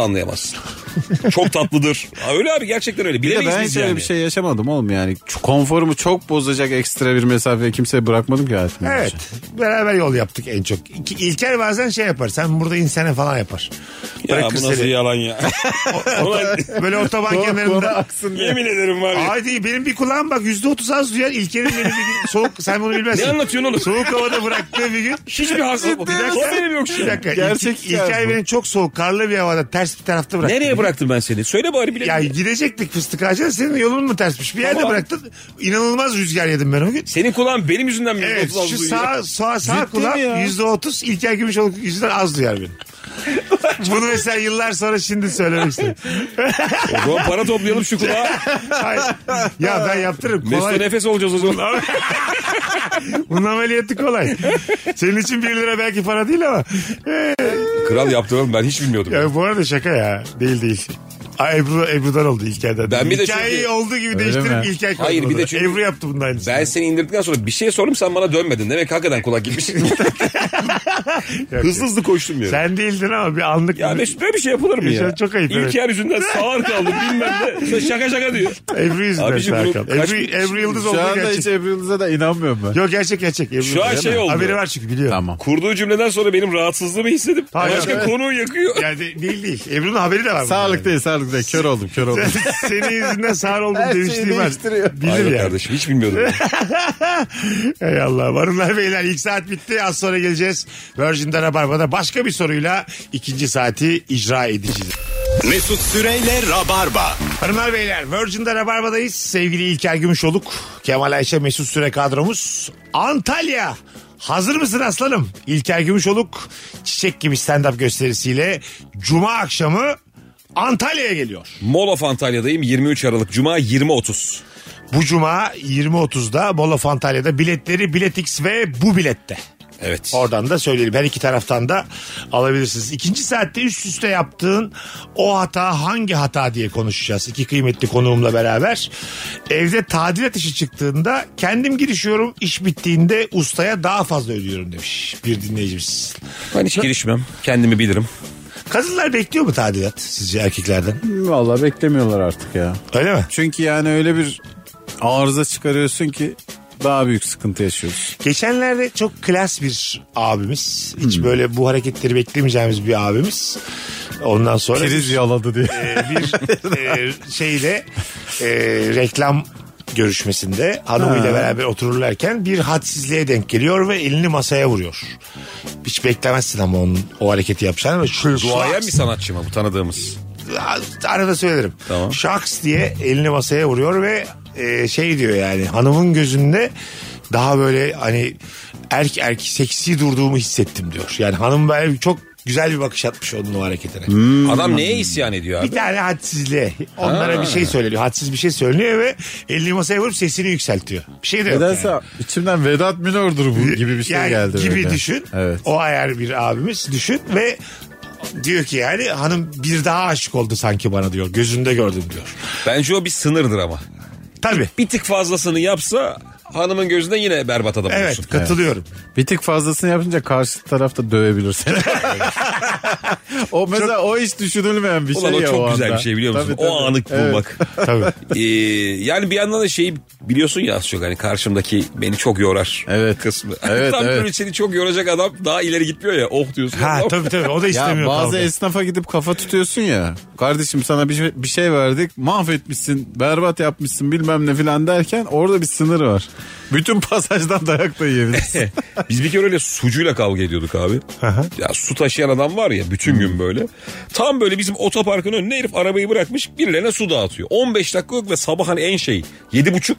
<laughs> anlayamazsın. Çok tatlıdır. Ha, Öyle abi gerçekten öyle. Bir de Bilemeyiz ben biz hiç öyle yani. bir şey yaşamadım oğlum yani. Ç- Konforumu çok bozacak ekstra bir mesafeye kimseye bırakmadım ki hayatımda. Evet. Beraber yol yaptık en çok. İki- İlker bazen şey yapar. Sen burada insene falan yapar. Ya Bırakır bu nasıl seni. <laughs> yalan ya. Ulan Böyle otoban Konu- konu kenarında. aksın diye. <laughs> yemin ederim var ya. Haydi benim bir kulağım bak yüzde otuz az duyar. İlker'in beni bir gün soğuk sen bunu bilmezsin. Ne anlatıyorsun oğlum? Soğuk havada bıraktığı bir gün. Hiçbir hastalık Bir dakika. Haberim yok Bir şimdi. dakika. Gerçek Gerçek hikaye İlker bu. beni çok soğuk karlı bir havada ters bir tarafta bıraktı. Nereye bıraktım ben seni? Söyle bari bile. Ya gidecektik fıstık ağacına senin yolun mu tersmiş? Bir yerde Tamam. bıraktın. İnanılmaz rüzgar yedim ben o gün. Senin kulağın benim yüzümden mi? Evet %30 şu duyuyor? sağ, sağ, sağ Ciddi mi ya? <laughs> kulağım yüzde otuz İlker Gümüşoluk yüzünden az duyar beni. Bunu mesela yıllar sonra şimdi söylemek istedim. O zaman para toplayalım <laughs> şu kulağa. Hayır. Ya ben yaptırırım. Mesut'a Kolay. nefes olacağız o zaman. Bunun ameliyatı <laughs> kolay. Senin için 1 lira belki para değil ama. Kral yaptıralım ben hiç bilmiyordum. Ya bu arada şaka ya. Değil değil. Ay Ebru, Ebru'dan oldu İlker'den. Ben bir de Hikayeyi çünkü- olduğu gibi değiştirip mi? İlker Hayır, kaldırdı. bir de çünkü- Ebru yaptı bunun aynısını. Ben seni indirdikten sonra bir şey sordum sen bana dönmedin. Demek hakikaten <laughs> kulak gitmiş. Yok, hızlı yok. hızlı koştum yani. Sen değildin ama bir anlık. Ya Mesut böyle bir şey yapılır mı Yaşar ya? çok ayıp, evet. İlker yüzünden sağır kaldım bilmem <laughs> ne. Sen şaka şaka diyor. Ebru yüzünden Abicim bunu Serkan. kaç- Ebru, Ebru Yıldız oldu Şu anda gerçek. hiç Ebru Yıldız'a da inanmıyorum ben. Yok gerçek gerçek. Ebru Şu Yıldız, an değil şey mi? oldu. Haberi var çünkü biliyor. Tamam. Kurduğu cümleden sonra benim rahatsızlığımı hissedip Hayır, başka evet. konuyu yakıyor. Yani de- değil değil. Ebru'nun haberi de var. Sağlık değil sağlık değil. Kör oldum kör oldum. <laughs> Senin yüzünden sağır oldum Her şeyi demişliğim var. değiştiriyor. Bilir Hayır yani. kardeşim hiç bilmiyordum. <laughs> Ey Allah. Hanımlar beyler ilk saat bitti. Az sonra geleceğiz. Virgin'de Rabarba'da başka bir soruyla ikinci saati icra edeceğiz. Mesut Süreyle Rabarba. Hanımlar beyler Virgin'de Rabarba'dayız. Sevgili İlker Gümüşoluk, Kemal Ayşe Mesut Süre kadromuz. Antalya. Hazır mısın aslanım? İlker Gümüşoluk çiçek gibi stand-up gösterisiyle Cuma akşamı Antalya'ya geliyor. Mall of Antalya'dayım 23 Aralık Cuma 20.30. Bu Cuma 20.30'da Bolo Antalya'da biletleri Biletix ve bu bilette. Evet. Oradan da söyleyelim. Her iki taraftan da alabilirsiniz. İkinci saatte üst üste yaptığın o hata hangi hata diye konuşacağız. İki kıymetli konuğumla beraber. Evde tadilat işi çıktığında kendim girişiyorum. iş bittiğinde ustaya daha fazla ödüyorum demiş bir dinleyicimiz. Ben hiç girişmem. Kendimi bilirim. Kadınlar bekliyor mu tadilat sizce erkeklerden? <laughs> Vallahi beklemiyorlar artık ya. Öyle mi? Çünkü yani öyle bir arıza çıkarıyorsun ki daha büyük sıkıntı yaşıyoruz. Geçenlerde çok klas bir abimiz. Hiç böyle bu hareketleri beklemeyeceğimiz bir abimiz. Ondan sonra Priz yaladı diye. e, bir e, şeyle e, reklam görüşmesinde hanımıyla beraber otururlarken bir hadsizliğe denk geliyor ve elini masaya vuruyor. Hiç beklemezsin ama onun o hareketi yapacağını. ama şu- şu- Duayen bir sanatçı mı bu tanıdığımız? arada söylerim. Tamam. Şaks diye elini masaya vuruyor ve e, şey diyor yani hanımın gözünde daha böyle hani erk erk seksi durduğumu hissettim diyor. Yani hanım böyle çok güzel bir bakış atmış onun o hareketine. Adam neye isyan ediyor Hmm. Bir abi? tane hadsizliğe. Onlara bir şey söyleniyor. Hadsiz bir şey söyleniyor ve elini masaya vurup sesini yükseltiyor. Bir şey de yok. yani. <laughs> Nedense içimden Vedat Minör'dür bu gibi bir şey Yani geldi. Gibi böyle. düşün. Evet. O ayar bir abimiz düşün ve diyor ki yani hanım bir daha aşık oldu sanki bana diyor. Gözünde gördüm diyor. Bence o bir sınırdır ama. Tabii. Bir tık fazlasını yapsa hanımın gözünde yine berbat adam Evet olursun. katılıyorum. Bir tık fazlasını yapınca karşı tarafta dövebilir <laughs> seni. o mesela o hiç düşünülmeyen bir Ulan şey o ya çok güzel anda. bir şey biliyor musun? Tabii, O tabii. anı Evet. <laughs> bulmak. Tabii. Ee, yani bir yandan da şeyi biliyorsun ya az çok hani karşımdaki beni çok yorar Evet. kısmı. Evet, <laughs> Tam evet. böyle seni çok yoracak adam daha ileri gitmiyor ya oh diyorsun. Ha Adam- tabii tabii o da Ya istemiyor. bazı kavga. esnafa gidip kafa tutuyorsun ya. Kardeşim sana bir şey, bir şey verdik. Mahvetmişsin, berbat yapmışsın bilmem ne filan derken orada bir sınır var. Bütün pasajdan dayak <laughs> da yiyebilirsin. Biz bir kere öyle sucuyla kavga ediyorduk abi. ya su taşıyan adam var ya bütün gün böyle. Tam böyle bizim otoparkın önüne herif arabayı bırakmış birilerine su dağıtıyor. 15 dakika yok ve sabah hani en şey 7.30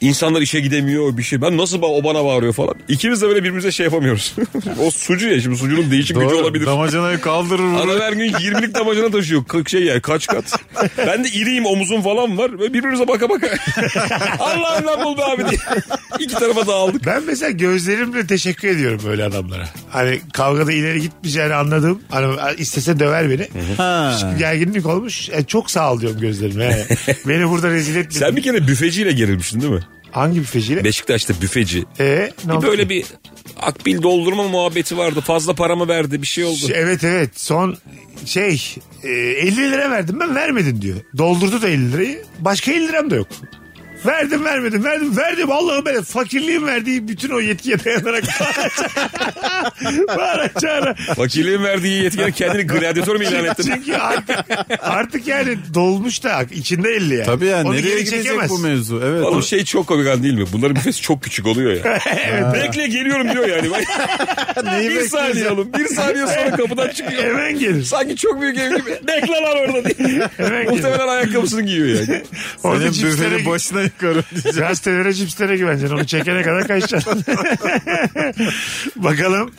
İnsanlar işe gidemiyor bir şey. Ben nasıl ba- o bana bağırıyor falan. İkimiz de böyle birbirimize şey yapamıyoruz. <laughs> o sucu ya şimdi sucunun değişik gücü olabilir. Damacanayı kaldırır vurur. Adam her gün 20'lik damacana taşıyor. Kırk şey yani kaç kat. Ben de iriyim omuzum falan var. Ve birbirimize baka baka. <laughs> Allah'ım lan bul be abi diye. İki tarafa dağıldık. Ben mesela gözlerimle teşekkür ediyorum böyle adamlara. Hani kavgada ileri gitmeyeceğini anladım. Hani istese döver beni. Ha. Şimdi gerginlik olmuş. E, çok sağ ol diyorum gözlerime. Yani beni burada rezil etmedin. Sen bir kere büfeciyle gerilmiştin değil mi? Hangi büfeciyle? Beşiktaş'ta büfeci. E, ne Bir oldu? böyle bir akbil doldurma muhabbeti vardı. Fazla paramı verdi bir şey oldu. Evet evet son şey e, 50 lira verdim ben vermedin diyor. Doldurdu da 50 lirayı. Başka 50 liram da yok. Verdim vermedim verdim verdim Allah'ım ben fakirliğin verdiği bütün o yetkiye dayanarak <laughs> bağıra çağıra. Fakirliğin verdiği yetkiler kendini gladyatör mü ilan ettin? Çünkü artık, artık yani dolmuş da içinde 50 yani. Tabii ya Onu nereye geri gidecek çekemez. <laughs> bu mevzu? Evet. Oğlum şey çok komik an değil mi? Bunların büfesi çok küçük oluyor <laughs> ya. Bekle geliyorum diyor yani. <laughs> bir saniye oğlum. Bir saniye sonra kapıdan çıkıyor. Hemen gelir. Sanki çok büyük ev gibi. <laughs> Bekle lan orada diye. <laughs> Hemen gelir. Muhtemelen ayakkabısını giyiyor yani. Orada Senin cipslere, büfenin başına <laughs> Karım diyeceğim. Gazetelere cipslere güveneceksin. Onu çekene kadar kaçacaksın. <laughs> Bakalım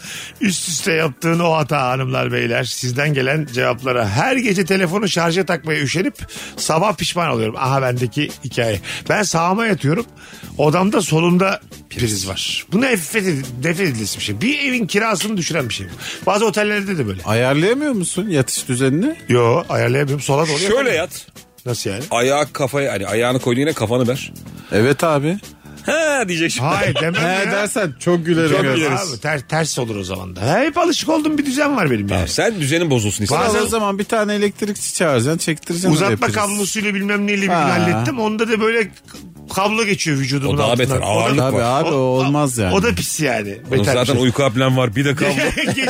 üst üste yaptığın o hata hanımlar beyler. Sizden gelen cevaplara. Her gece telefonu şarja takmaya üşenip sabah pişman oluyorum. Aha bendeki hikaye. Ben sağıma yatıyorum. Odamda solumda priz var. Bu nefret, ed- nefret edilmesi bir şey. Bir evin kirasını düşüren bir şey bu. Bazı otellerde de böyle. Ayarlayamıyor musun yatış düzenini? Yo ayarlayamıyorum. Sola doğru Şöyle yatamıyorum. yat. Nasıl yani? Ayağı kafaya hani ayağını koyduğun yine kafanı ver. Evet abi. Ha diyecek şimdi. Hayır demem <laughs> He ya. dersen çok gülerim. Çok ya. gülerim. Abi, ter- ters olur o zaman da. Hep alışık olduğum bir düzen var benim yani. Sen düzenin bozulsun Sen istersen. o zaman bir tane elektrikçi çağıracaksın çektireceksin. oraya Uzatma priz. kablosuyla bilmem neyle bir Ha. hallettim. Onda da böyle kablo geçiyor vücudumun O daha altından. beter, ağırlık da- var. Tabii abi o, olmaz yani. O da pis yani. Oğlum Beter bir zaten şey. uyku apnen var bir <laughs> de kablo. <laughs> gece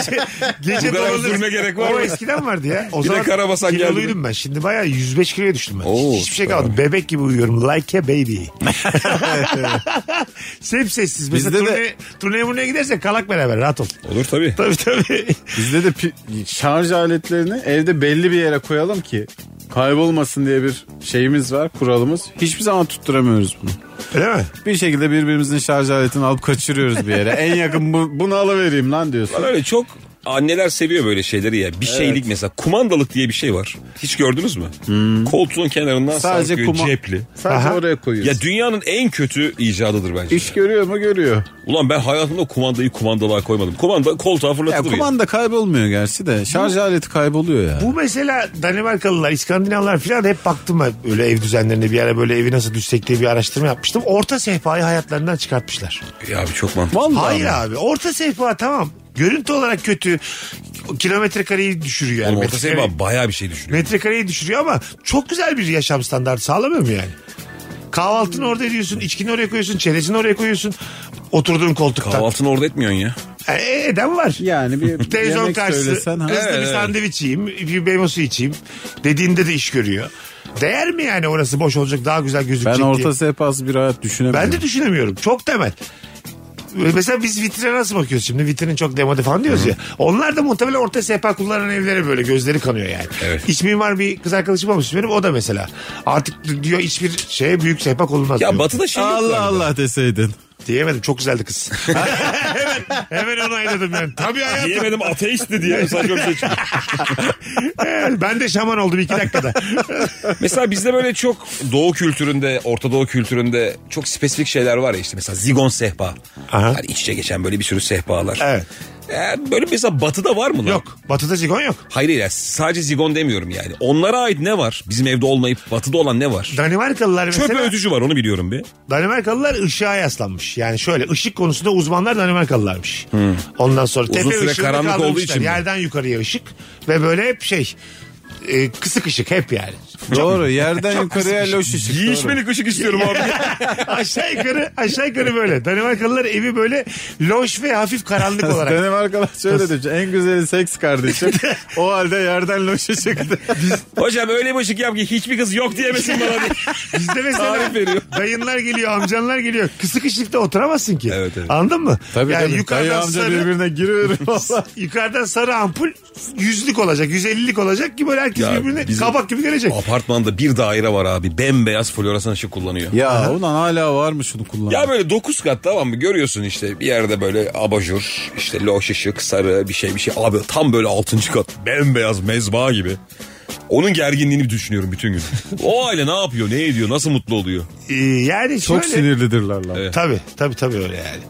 gece Bu kadar dolanır. üzülme gerek var O mı? eskiden vardı ya. O Bir de zaman karabasan geldi. kiloluydum ben. Şimdi bayağı 105 kiloya düştüm ben. Oo, Hiçbir şey kalmadı. Bebek gibi uyuyorum. Like a <laughs> baby. Hep sessiz. Mesela Bizde de- turne, turneye buraya gidersek kalak beraber rahat ol. Olur tabii. Tabii tabii. Bizde de pi- şarj aletlerini evde belli bir yere koyalım ki kaybolmasın diye bir şeyimiz var kuralımız. Hiçbir zaman tutturamıyoruz bunu. Öyle mi? Bir şekilde birbirimizin şarj aletini alıp kaçırıyoruz bir yere. en yakın bu, bunu alıvereyim lan diyorsun. Lan öyle çok anneler seviyor böyle şeyleri ya. Bir şeylik mesela kumandalık diye bir şey var. Hiç gördünüz mü? Koltuğun kenarından Hmm. Sadece sarkıyor kuma, cepli. Sadece Aha. oraya koyuyorsun. Ya dünyanın en kötü icadıdır bence. İş görüyor mu görüyor. Ulan ben hayatımda kumandayı kumandalığa koymadım. Kumanda koltuğa Ya fırlatılır ya. kumanda kaybolmuyor gerçi de şarj aleti kayboluyor ya. Bu mesela Danimarkalılar, İskandinavlar falan hep baktım ben öyle ev düzenlerine bir ara böyle evi nasıl düşsek diye bir araştırma yapmıştım. Orta sehpayı hayatlarından çıkartmışlar. Ya abi çok mantıklı. Vallahi Hayır mi? abi. orta sehpa tamam. Görüntü olarak kötü. Kilometre kareyi düşürüyor. Yani. Oğlum orta Metrekare- sınıfa bayağı bir şey düşünüyor. Metrekareyi düşürüyor ama çok güzel bir yaşam standartı sağlamıyor mu yani? Kahvaltını orada ediyorsun, içkini oraya koyuyorsun, çerezini oraya koyuyorsun. Oturduğun koltukta. Kahvaltını orada etmiyorsun ya. E, eden var. <laughs> Yani bir Televizyon yemek karşısı söylesen. ha. hızlı bir Evet, evet. sandviç yiyeyim, bir meyvesi içeyim dediğinde de iş görüyor. Değer mi yani orası boş olacak daha güzel gözükecek Ben orta diye. sehpası bir hayat düşünemiyorum. Ben de düşünemiyorum. Çok temel. Mesela biz vitrine nasıl bakıyoruz şimdi? Vitrinin çok demode falan diyoruz ya. Onlar da muhtemelen orta sehpa kullanan evlere böyle gözleri kanıyor yani. Evet. İç mimar bir kız arkadaşım olmuş benim o da mesela. Artık diyor hiçbir şeye büyük sehpa konulmaz Ya diyor. batıda şey yok Allah galiba. Allah deseydin. Diyemedim çok güzeldi kız. <laughs> <laughs> hemen, hemen onayladım ben. Tabii hayatım. Diyemedim <laughs> ateistti diye saçma bir şey çıktı. ben de şaman oldum iki dakikada. <laughs> Mesela bizde böyle çok doğu kültüründe, Orta Doğu kültüründe çok spesifik şeyler var ya işte mesela zigon sehpa. Aha. Hani iç içe geçen böyle bir sürü sehpalar. Evet. Ee, böyle mesela batıda var mı lan? Yok. Batı'da zigon yok. Hayır ya sadece zigon demiyorum yani. Onlara ait ne var? Bizim evde olmayıp batıda olan ne var? Danimarkalılar mesela Çöp ödücü var onu biliyorum bir. Danimarkalılar ışığa yaslanmış. Yani şöyle ışık konusunda uzmanlar Danimarkalılarmış. Ondan sonra Uzun tepe süre ışığını karanlık olduğu kaldırmışlar. için mi? Yerden yukarıya ışık ve böyle hep şey e, kısık ışık hep yani. <laughs> Doğru yerden yukarıya loş ışık. doğru. Giyişmelik ışık istiyorum abi. <laughs> aşağı yukarı aşağı yukarı böyle. Danimarkalılar evi böyle loş ve hafif <laughs> karanlık olarak. Danimarkalar şöyle demiş. En güzeli <laughs> seks kardeşim. o halde yerden loşa çıktı. <laughs> Hocam öyle bir ışık yap ki hiçbir kız yok diyemesin bana diye. <laughs> Bizde mesela Tarif veriyor. dayınlar geliyor, amcanlar geliyor. Kısık ışıkta oturamazsın ki. Evet, evet. Anladın mı? Tabii yani tabii. yukarıdan Dayı amca sarı- birbirine giriverir valla. <laughs> Yukarıdan sarı ampul yüzlük olacak, 150'lik olacak ki böyle herkes Ya birbirine bizim- kabak gibi görecek. Apartmanda bir daire var abi. Bembeyaz floresan ışık kullanıyor. ya ulan hala var mı şunu kullan? Ya böyle 9 kat tamam mı görüyorsun işte bir yerde böyle abajur işte loş ışık sarı bir şey bir şey abi tam böyle 6. kat bembeyaz mezba gibi. Onun gerginliğini düşünüyorum bütün gün. o aile ne yapıyor ne ediyor nasıl mutlu oluyor? Ee, yani Çok şöyle, sinirlidirler lan. Tabii tabii tabii öyle yani.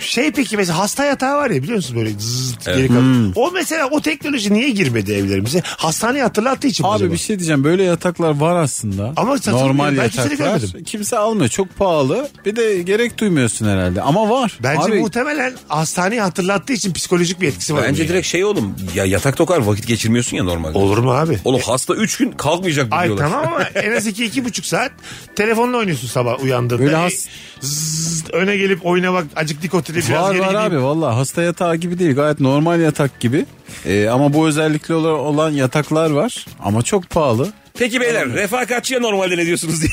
Şey peki mesela hasta yatağı var ya biliyor musun böyle zzz geri kalıyor. O mesela o teknoloji niye girmedi evlerimize? Hastaneyi hatırlattığı için mi Abi acaba? bir şey diyeceğim böyle yataklar var aslında. Ama satılmıyor. Normal Ben kimsede yataklar. görmedim. Kimse almıyor çok pahalı. Bir de gerek duymuyorsun herhalde ama var. Bence Abi, muhtemelen hastaneyi hatırlattığı için psikolojik bir etkisi var. Bence bunun direkt şey oğlum ya yatak tokar vakit geçirmiyorsun ya normalde. yani. Olur mu abi? Oğlum hasta 3 gün kalkmayacak bu Ay diyorlar. tamam <laughs> ama en az iki iki buçuk saat telefonla oynuyorsun sabah uyandığında. Böyle Ey, has- zzz, öne gelip oyna bak acık dik otur biraz Var geri var gideyim. abi valla hasta yatağı gibi değil gayet normal yatak gibi Ee, ama bu özellikle olan yataklar var ama çok pahalı Peki beyler refakatçiye normalde ne <laughs> diyorsunuz diye.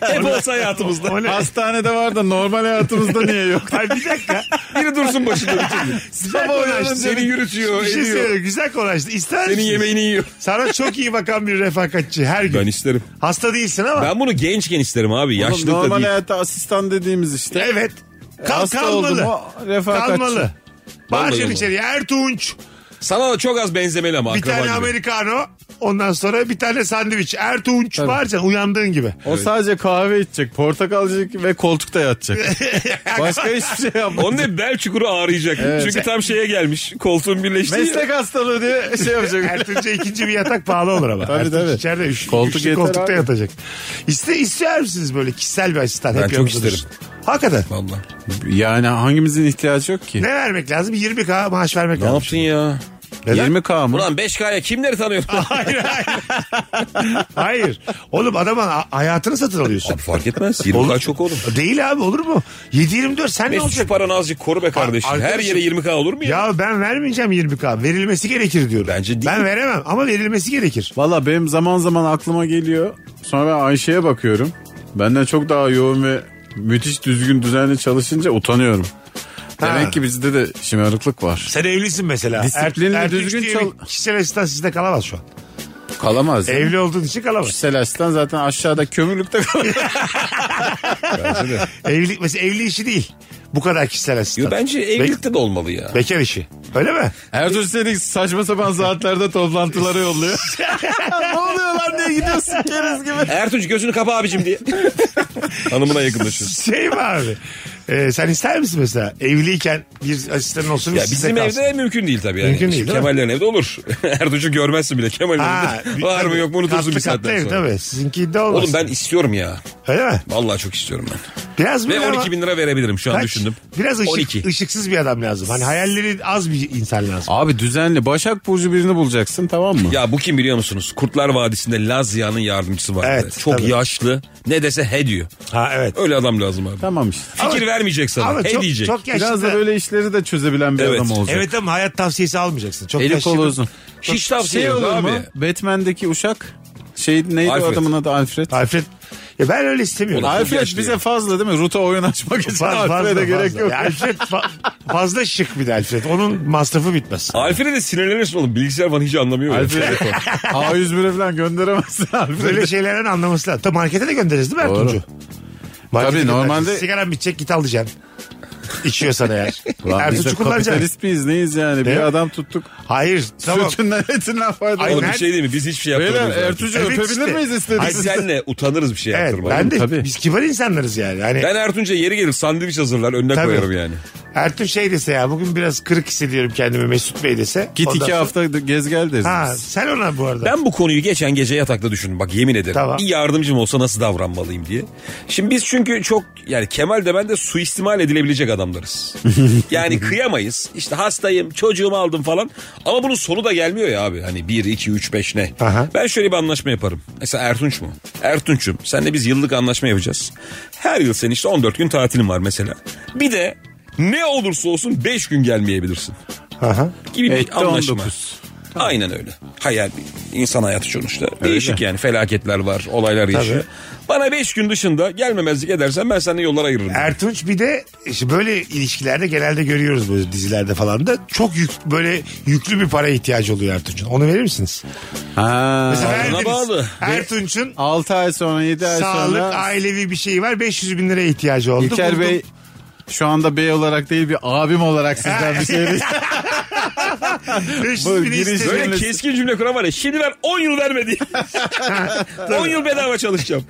Hep olsa hayatımızda. O ne? Hastanede var da normal hayatımızda niye yok? <laughs> Ay bir <laughs> dakika. Biri dursun başında. Güzel Sabah konuştun. uyanınca Seni yürütüyor, Bir şey ediyor. söyleyeyim, Güzel konuştun. İster Senin misin? yemeğini yiyor. Sana çok iyi bakan bir refakatçi her gün. Ben isterim. Hasta değilsin ama. Ben bunu gençken isterim abi. Yaşlılıkta normal değil. hayatta asistan dediğimiz işte. Evet. Kal, Hasta kalmalı. oldum, o refakatçi. Kalmalı. Bağırın olmalı. içeriye Ertuğunç. Sana da çok az benzemeli ama Bir akraban tane gibi. Americano. Ondan sonra bir tane sandviç. Ertuğunç bağıracaksın uyandığın gibi. O sadece kahve içecek, portakal yiyecek ve koltukta <laughs> yatacak. Başka hiçbir şey yapmaz. Onun da bel çukuru ağrıyacak. Çünkü tam şeye gelmiş. Koltuğun birleştiği. Meslek hastalığı diye şey yapacak. Ertuğrul'a ikinci bir yatak pahalı olur ama. Tabii, Ertuğrul tabii. içeride üç, Koltuk üçlü yeter koltukta abi. yatacak. İste, ister misiniz böyle kişisel bir asistan? Ben Hep çok yanınızda isterim. dursun. Hakikaten. Vallahi. <laughs> yani hangimizin ihtiyacı yok ki? Ne vermek lazım? 20k maaş vermek Ne lazım. yaptın ya? 20K mı? Ulan 5K'ya kimleri tanıyorsun? Hayır hayır. <laughs> hayır. Oğlum adamın a- hayatını satın alıyorsun. Abi fark etmez. 20K çok oğlum. Değil abi olur mu? 7-24 sen ne Mesut şu olacaksın? paranı azıcık koru be kardeşim. Her arkadaşım- yere 20K olur mu ya? Ya ben vermeyeceğim 20k. Verilmesi gerekir diyorum. Bence değil. Ben veremem ama verilmesi gerekir. Valla benim zaman zaman aklıma geliyor. Sonra ben Ayşe'ye bakıyorum. Benden çok daha yoğun ve müthiş düzgün düzenli çalışınca utanıyorum. Ha. Demek ki bizde de şımarıklık var. Sen evlisin mesela. Disiplinli, Ertürk düzgün diye çal- bir Kişisel asistan sizde kalamaz şu an. Kalamaz. değil mi? Evli olduğun için kalamaz. Kişisel açıdan zaten aşağıda kömürlükte kalıyor. Evlilik mesela evli işi değil. Bu kadar kişisel asistan. Yo, bence evlilikte de olmalı ya. Bekar işi. Öyle mi? Ertuğrul Selik saçma sapan saatlerde toplantılara yolluyor. ne oluyor lan diye gidiyorsun keriz gibi. Ertuğrul gözünü kapa abicim diye. Hanımına <laughs> yakınlaşıyorsun. Şey mi abi? Ee, sen ister misin mesela evliyken bir asistanın olsun Ya sizde bizim kalsın? evde mümkün değil tabii yani. Mümkün değil, değil mi? Kemallerin evde olur. <laughs> Ertuğrul'u görmezsin bile Kemal'in Ha, evinde. Var mı yok mu unutursun katlı bir katlı saatten ev, sonra. Tabii. Sizinki de olmaz. Oğlum ben istiyorum ya. Öyle mi? Vallahi çok istiyorum ben. Biraz Ve böyle ama- 12 bin lira verebilirim şu an Kaç? düşündüm. Biraz ışık, 12. ışıksız bir adam lazım. Hani hayalleri az bir insan lazım. <laughs> Abi düzenli Başak Burcu birini bulacaksın tamam mı? Ya bu kim biliyor musunuz? Kurtlar Vadisi'nde Lazia'nın yardımcısı vardı. Evet, çok tabii. yaşlı. Ne dese he diyor. Ha evet. Öyle adam lazım abi. Tamam işte. Fikir vermeyecek sana. Ama he çok, E diyecek. çok yaşlı. Biraz da böyle işleri de çözebilen bir Evet. adam olacak. Evet ama hayat tavsiyesi almayacaksın. Çok Eli yaşlı- kolu uzun. Hiç tavsiye şey yok olur abi. mu? Batman'deki uşak şey neydi o Alfred. adamın adı Alfred. Alfred. Ya ben öyle istemiyorum. Ulan, Alfred yaşlı bize ya. fazla değil mi? Ruta oyun açmak için Fa- Alfred'e gerek fazla. yok. Ya Alfred fa- fazla şık bir de Alfred. Onun masrafı bitmez. Alfred'e de sinirlenirsin oğlum. Bilgisayar falan hiç anlamıyor. ya. Alfred'e koy. A101'e falan gönderemezsin Alfred'e. Böyle şeylerin anlaması lazım. Tabii markete de göndeririz değil mi Doğru. Ertuğrul'cu? Markete göndereceğiz. Tabii, normalde- Sigaran bitecek git alacaksın. İçiyorsan eğer. Lan biz de Ertuğrul'cu kullanacaksın. kapitalist miyiz neyiz yani? Değil bir mi? adam tuttuk. Hayır. Tamam. Sütünden etinden faydalı. <laughs> Oğlum bir Aynen. şey değil mi? Biz hiçbir şey Beyler yaptırmıyoruz. artık. Ertuğ'u Evet öpebilir işte. miyiz Biz istediğiniz? senle utanırız bir şey Evet yaptırmaya. ben de Tabii. biz kibar insanlarız yani. Hani Ben Ertuğrul'a yeri gelir sandviç hazırlar önüne Tabii. koyarım yani. Ertuğrul şey dese ya bugün biraz kırık hissediyorum kendimi Mesut Bey dese. Git ondan iki sonra- hafta gez gel deriz Ha biz. sen ona bu arada. Ben bu konuyu geçen gece yatakta düşündüm bak yemin ederim. Tamam. Bir yardımcım olsa nasıl davranmalıyım diye. Şimdi biz çünkü çok yani Kemal de ben de suistimal <laughs> edilebilecek adamlarız. yani kıyamayız. İşte hastayım çocuğumu aldım falan. Ama bunun sonu da gelmiyor ya abi. Hani 1, 2, 3, 5 ne? Aha. Ben şöyle bir anlaşma yaparım. Mesela Ertunç mu? Ertunç'um senle biz yıllık anlaşma yapacağız. Her yıl senin işte 14 gün tatilin var mesela. Bir de ne olursa olsun 5 gün gelmeyebilirsin. Aha. gibi Etti bir anlaşma. 19. Aynen öyle. Hayal insan hayatı sonuçta. Değişik yani felaketler var, olaylar yaşıyor. Bana 5 gün dışında gelmemezlik edersen ben seninle yollar ayırırım. Ertunç bir de işte böyle ilişkilerde genelde görüyoruz böyle dizilerde falan da çok yük, böyle yüklü bir paraya ihtiyacı oluyor Ertunç'un. Onu verir misiniz? Ha. Mesela ona verdiniz. bağlı. Ertunç'un 6 ay sonra 7 ay sağlık, sonra ailevi bir şeyi var. 500 bin liraya ihtiyacı oldu. İlker Buldum. <laughs> Bey şu anda bey olarak değil bir abim olarak sizden bir şey <laughs> 500 Bu bini giriş istedi. Böyle cümlesi. keskin cümle kuran var ya. Şimdi ben 10 yıl vermedi. <laughs> 10 yıl bedava çalışacağım.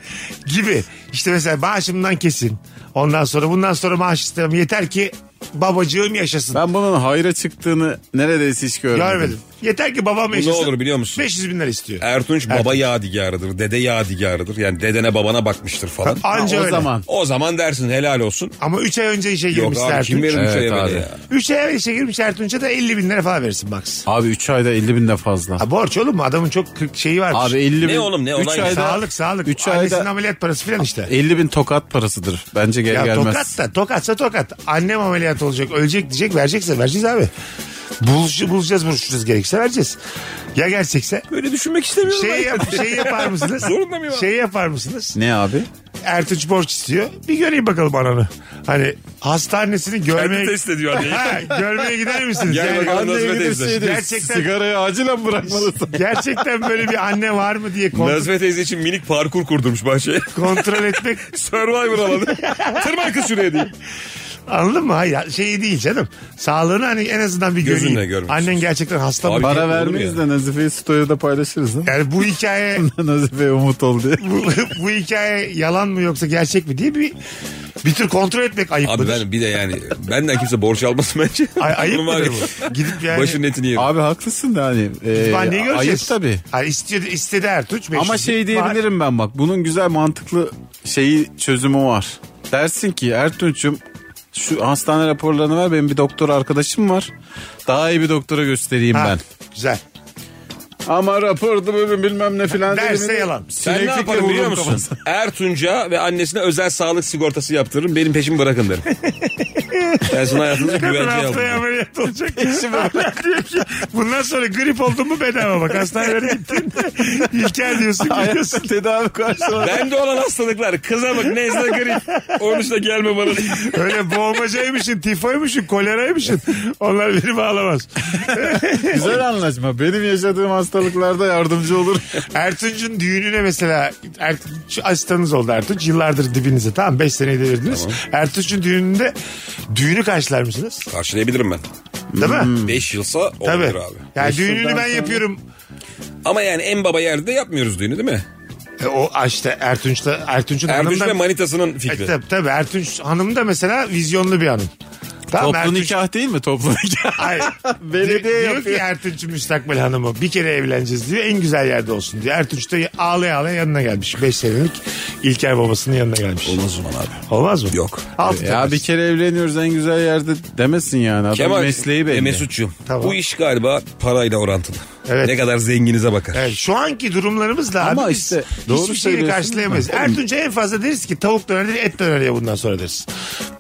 gibi. İşte mesela maaşımdan kesin. Ondan sonra bundan sonra maaş istemem. Yeter ki babacığım yaşasın. Ben bunun hayra çıktığını neredeyse hiç görmedim. Görmedim. Yeter ki babam yaşasın. olur biliyor musun? 500 bin lira istiyor. Ertunç baba yadigarıdır, dede yadigarıdır. Yani dedene babana bakmıştır falan. Anca Ha, o öyle. zaman. o zaman dersin helal olsun. Ama 3 ay önce işe Yok girmiş abi kim Ertunç. verir bu Evet şeye abi. beni ya? 3 ay evvel işe girmiş Ertunç'a da 50 bin lira falan verirsin max. Abi 3 ayda 50 binden fazla. Ha, borç oğlum mu? Adamın çok kırk şeyi varmış. Abi 50 bin. Ne oğlum, ne üç olay ya? ayda, sağlık sağlık. 3 Annesinin ayda ameliyat parası filan işte. 50 bin tokat parasıdır. Bence gel Ya gelmez. tokat da tokatsa tokat. Annem ameliyat olacak ölecek diyecek verecekse vereceğiz abi. Buluşu bulacağız buluşuruz gerekirse vereceğiz. Ya gerçekse Böyle düşünmek istemiyorum. şey, ben. <laughs> yap, şey yapar mısınız? Zorunda mıyım abi? Şey yapar mısınız? Ne abi? Ertuğ borç istiyor. Bir göreyim bakalım ananı. Hani hastanesini görmeye... Kendi <laughs> test ediyor anneyi. <laughs> Ha, görmeye gider misiniz? Gel Yani- bakalım Anneye Nazmi teyze. giderseydi Gerçekten- sigarayı acilen bırakmalısın. Gerçekten böyle bir anne var mı diye kontrol, Nazmi teyze için minik parkur kurdurmuş bahçeye. kontrol etmek Survivor <laughs> alanı. Tırman kız şuraya diye. anladın mı? Hayır şey değil canım. Sağlığını hani en azından bir Gözünle göreyim. görmüşsün. Annen gerçekten hasta mı? Abi- Para Olur vermeyiz ya. de Nazife'yi story'de paylaşırız değil mi? Yani bu hikaye <laughs> Nazife umut ol diye. bu, <laughs> bu hikaye yalan mı yoksa gerçek mi diye bir bir tür kontrol etmek ayıp Abi mıdır? ben bir de yani benden kimse borç almasın bence. Ay- ayıp Bunun var mıdır ya bu? bu. Gidip yani Başının etini yerim. Abi haklısın da hani. E, ben niye göreceğiz? ayıp tabii. Ha, istedi, istedi Ertuğ. Ama şey diyebilirim ben bak bunun güzel mantıklı şeyi çözümü var. Dersin ki Ertunç'um şu hastane raporlarını ver benim bir doktor arkadaşım var. Daha iyi bir doktora göstereyim ben. Güzel. Ama raporda böyle bilmem ne filan. Derse dediğini yalan. Ben ne sineklikle yaparım biliyor vururum musun? kafasına. Ertunca ve annesine özel sağlık sigortası yaptırırım. Benim peşimi <laughs> bırakın derim. ben sizin hayatınızı Kadın güvenceye haftaya aldım. ameliyat olacak. diyor ki bundan sonra grip oldun mu bedava bak. Hastanelere gittiğinde İlker diyorsun Hayatta gidiyorsun. <laughs> tedavi <laughs> karşılığı. Bende olan hastalıklar kıza bak nezle grip. Onun üstüne gelme bana. Öyle boğmacaymışsın, tifoymuşsun, koleraymışsın. Onlar beni bağlamaz. güzel anlaşma. Benim yaşadığım hastalıklarda yardımcı <laughs> olur. Ertuğ'un düğününe mesela Ertuğ, asistanınız oldu Ertuğ. Yıllardır dibinize tamam 5 seneyi devirdiniz. Ertuğ'un düğününde düğünü karşılar mısınız? Karşılayabilirim ben. Değil mi? 5 yılsa Hmm. olur Tabii. abi. Yani Beş düğününü yıldan ben sonra- yapıyorum. Ama yani en baba yerde de yapmıyoruz düğünü değil mi? E, o işte Ertunç'ta Ertunç'un Ertunç ve hanımdan- manitasının E, fikri. tabii tabii Ertunç hanım da mesela vizyonlu bir hanım. Tamam, Toplu Ertunç- nikah değil mi? Toplu <laughs> nikah. Hayır. Belediye diyor, diyor ki yapıyor. Ertunç müstakbel hanımı bir kere evleneceğiz diyor. En güzel yerde olsun diyor. Ertunç da ağlaya ağlaya yanına gelmiş. 5 senelik İlker babasının yanına gelmiş. Olmaz o zaman abi. Olmaz mı? Yok. Altı Ya tane. bir kere evleniyoruz en güzel yerde demesin yani. Adam Kemal, mesleği belli. E, Mesut'cum Tamam. bu iş galiba parayla orantılı. Evet. Ne kadar zenginize bakar. Evet, şu anki durumlarımızla Ama abi biz işte hiçbir doğru şeyi söylüyorsun. karşılayamayız. Ertunç'a en fazla deriz ki tavuk döner değil, et döner ya bundan sonra deriz.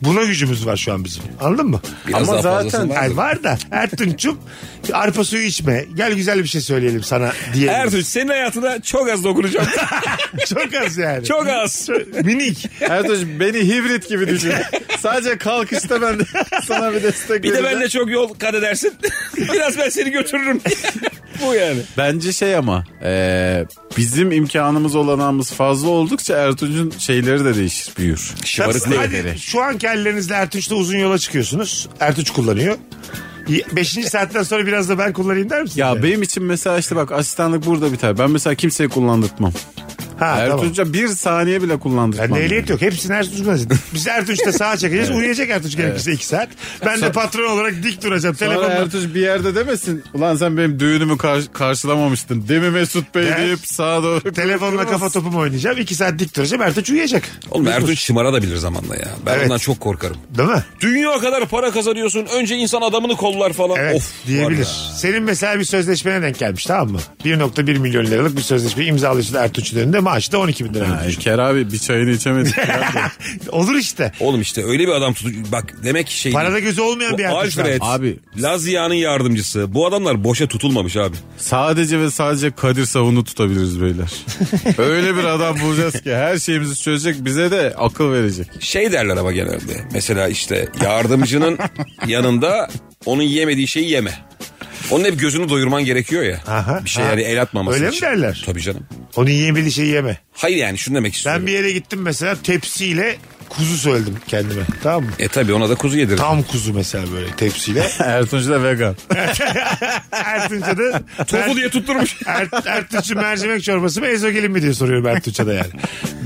Buna gücümüz var şu an bizim. Anladın mı? Biraz Ama daha fazlası zaten- <laughs> vardır. Ay var da Ertunç'um arpa suyu içme. Gel güzel bir şey söyleyelim sana diyelim. Ertuğ senin hayatına çok az dokunacağım. <laughs> Çok az <laughs> yani. çok az. Minik. Ertuğrul beni hibrit gibi <laughs> düşün. Sadece kalkışta ben de <laughs> sana bir destek Bir de vereceğim. ben de çok yol kat edersin. <laughs> Biraz ben seni götürürüm. bu yani. Bence şey ama e, bizim imkanımız olanağımız fazla oldukça Ertuğrul'un şeyleri de değişir, büyür. Tabii, Şımarıklığı. hadi şu an kellerinizle Ertunç'la uzun yola çıkıyorsunuz. Ertunç kullanıyor. Y- Beşinci saatten sonra biraz da ben kullanayım der misin? Ya benim için mesela işte bak asistanlık burada biter. Ben mesela kimseye kullandırtmam. ha, tamam. Ertuğrul'a bir saniye bile Ben kullandırtmam. de ehliyet yok. Hepsini Ertuğrul kullanacağız. Biz Ertuğrul'da sağa çekeceğiz. Uyuyacak Ertuğrul gerekirse iki saat. Ben de patron olarak dik duracağım. Sonra Telefonla Ertuğrul bir yerde demesin. Ulan sen benim düğünümü kar- karşılamamıştın. Değil mi Mesut Bey Der. deyip sağa doğru. Telefonla kafa topumu oynayacağım. iki saat dik duracağım. Ertuğrul uyuyacak. Oğlum Ertuğ şımara da bilir zamanla ya. Ben Evet. ondan çok korkarım. Değil mi? Dünya kadar para kazanıyorsun. Önce insan adamını kollar falan. Evet of, diyebilir. var ya. Senin mesela bir sözleşmene denk gelmiş tamam mı? 1.1 milyon liralık bir sözleşme imzalıyorsun Ertuğrul'un önünde. Maaşı da 12 bin lira. Ay, Ker abi bir çayını içemedik. <laughs> Olur işte. Oğlum işte öyle bir adam tutucu. Bak demek ki şey... Parada gözü olmayan bir Bu Ertuğrul. Alfred, Abi. Lazia'nın yardımcısı. Bu adamlar boşa tutulmamış abi. Sadece ve sadece Kadir Savun'u tutabiliriz beyler. <laughs> Öyle bir adam bulacağız ki her şeyimizi çözecek bize de akıl verecek. Şey derler ama genelde. Mesela işte <laughs> yardımcının yanında onun yemediği şeyi yeme. Onun hep gözünü doyurman gerekiyor ya. Aha, bir şey ha. yani el atmaması Öyle mi için. derler? Tabii canım. Onun yemediği şeyi yeme. Hayır yani şunu demek istiyorum. Ben bir yere gittim mesela tepsiyle kuzu söyledim kendime. Tamam mı? E tabii ona da kuzu yedirir. Tam kuzu mesela böyle <laughs> tepsiyle. Ertuğrul da vegan. Ertuğrul'a da Topu <laughs> diye tutturmuş. Er, Ertuğrul'un mercimek çorbası mı ezogelin mi diye soruyorum Ertuğrul'a da yani.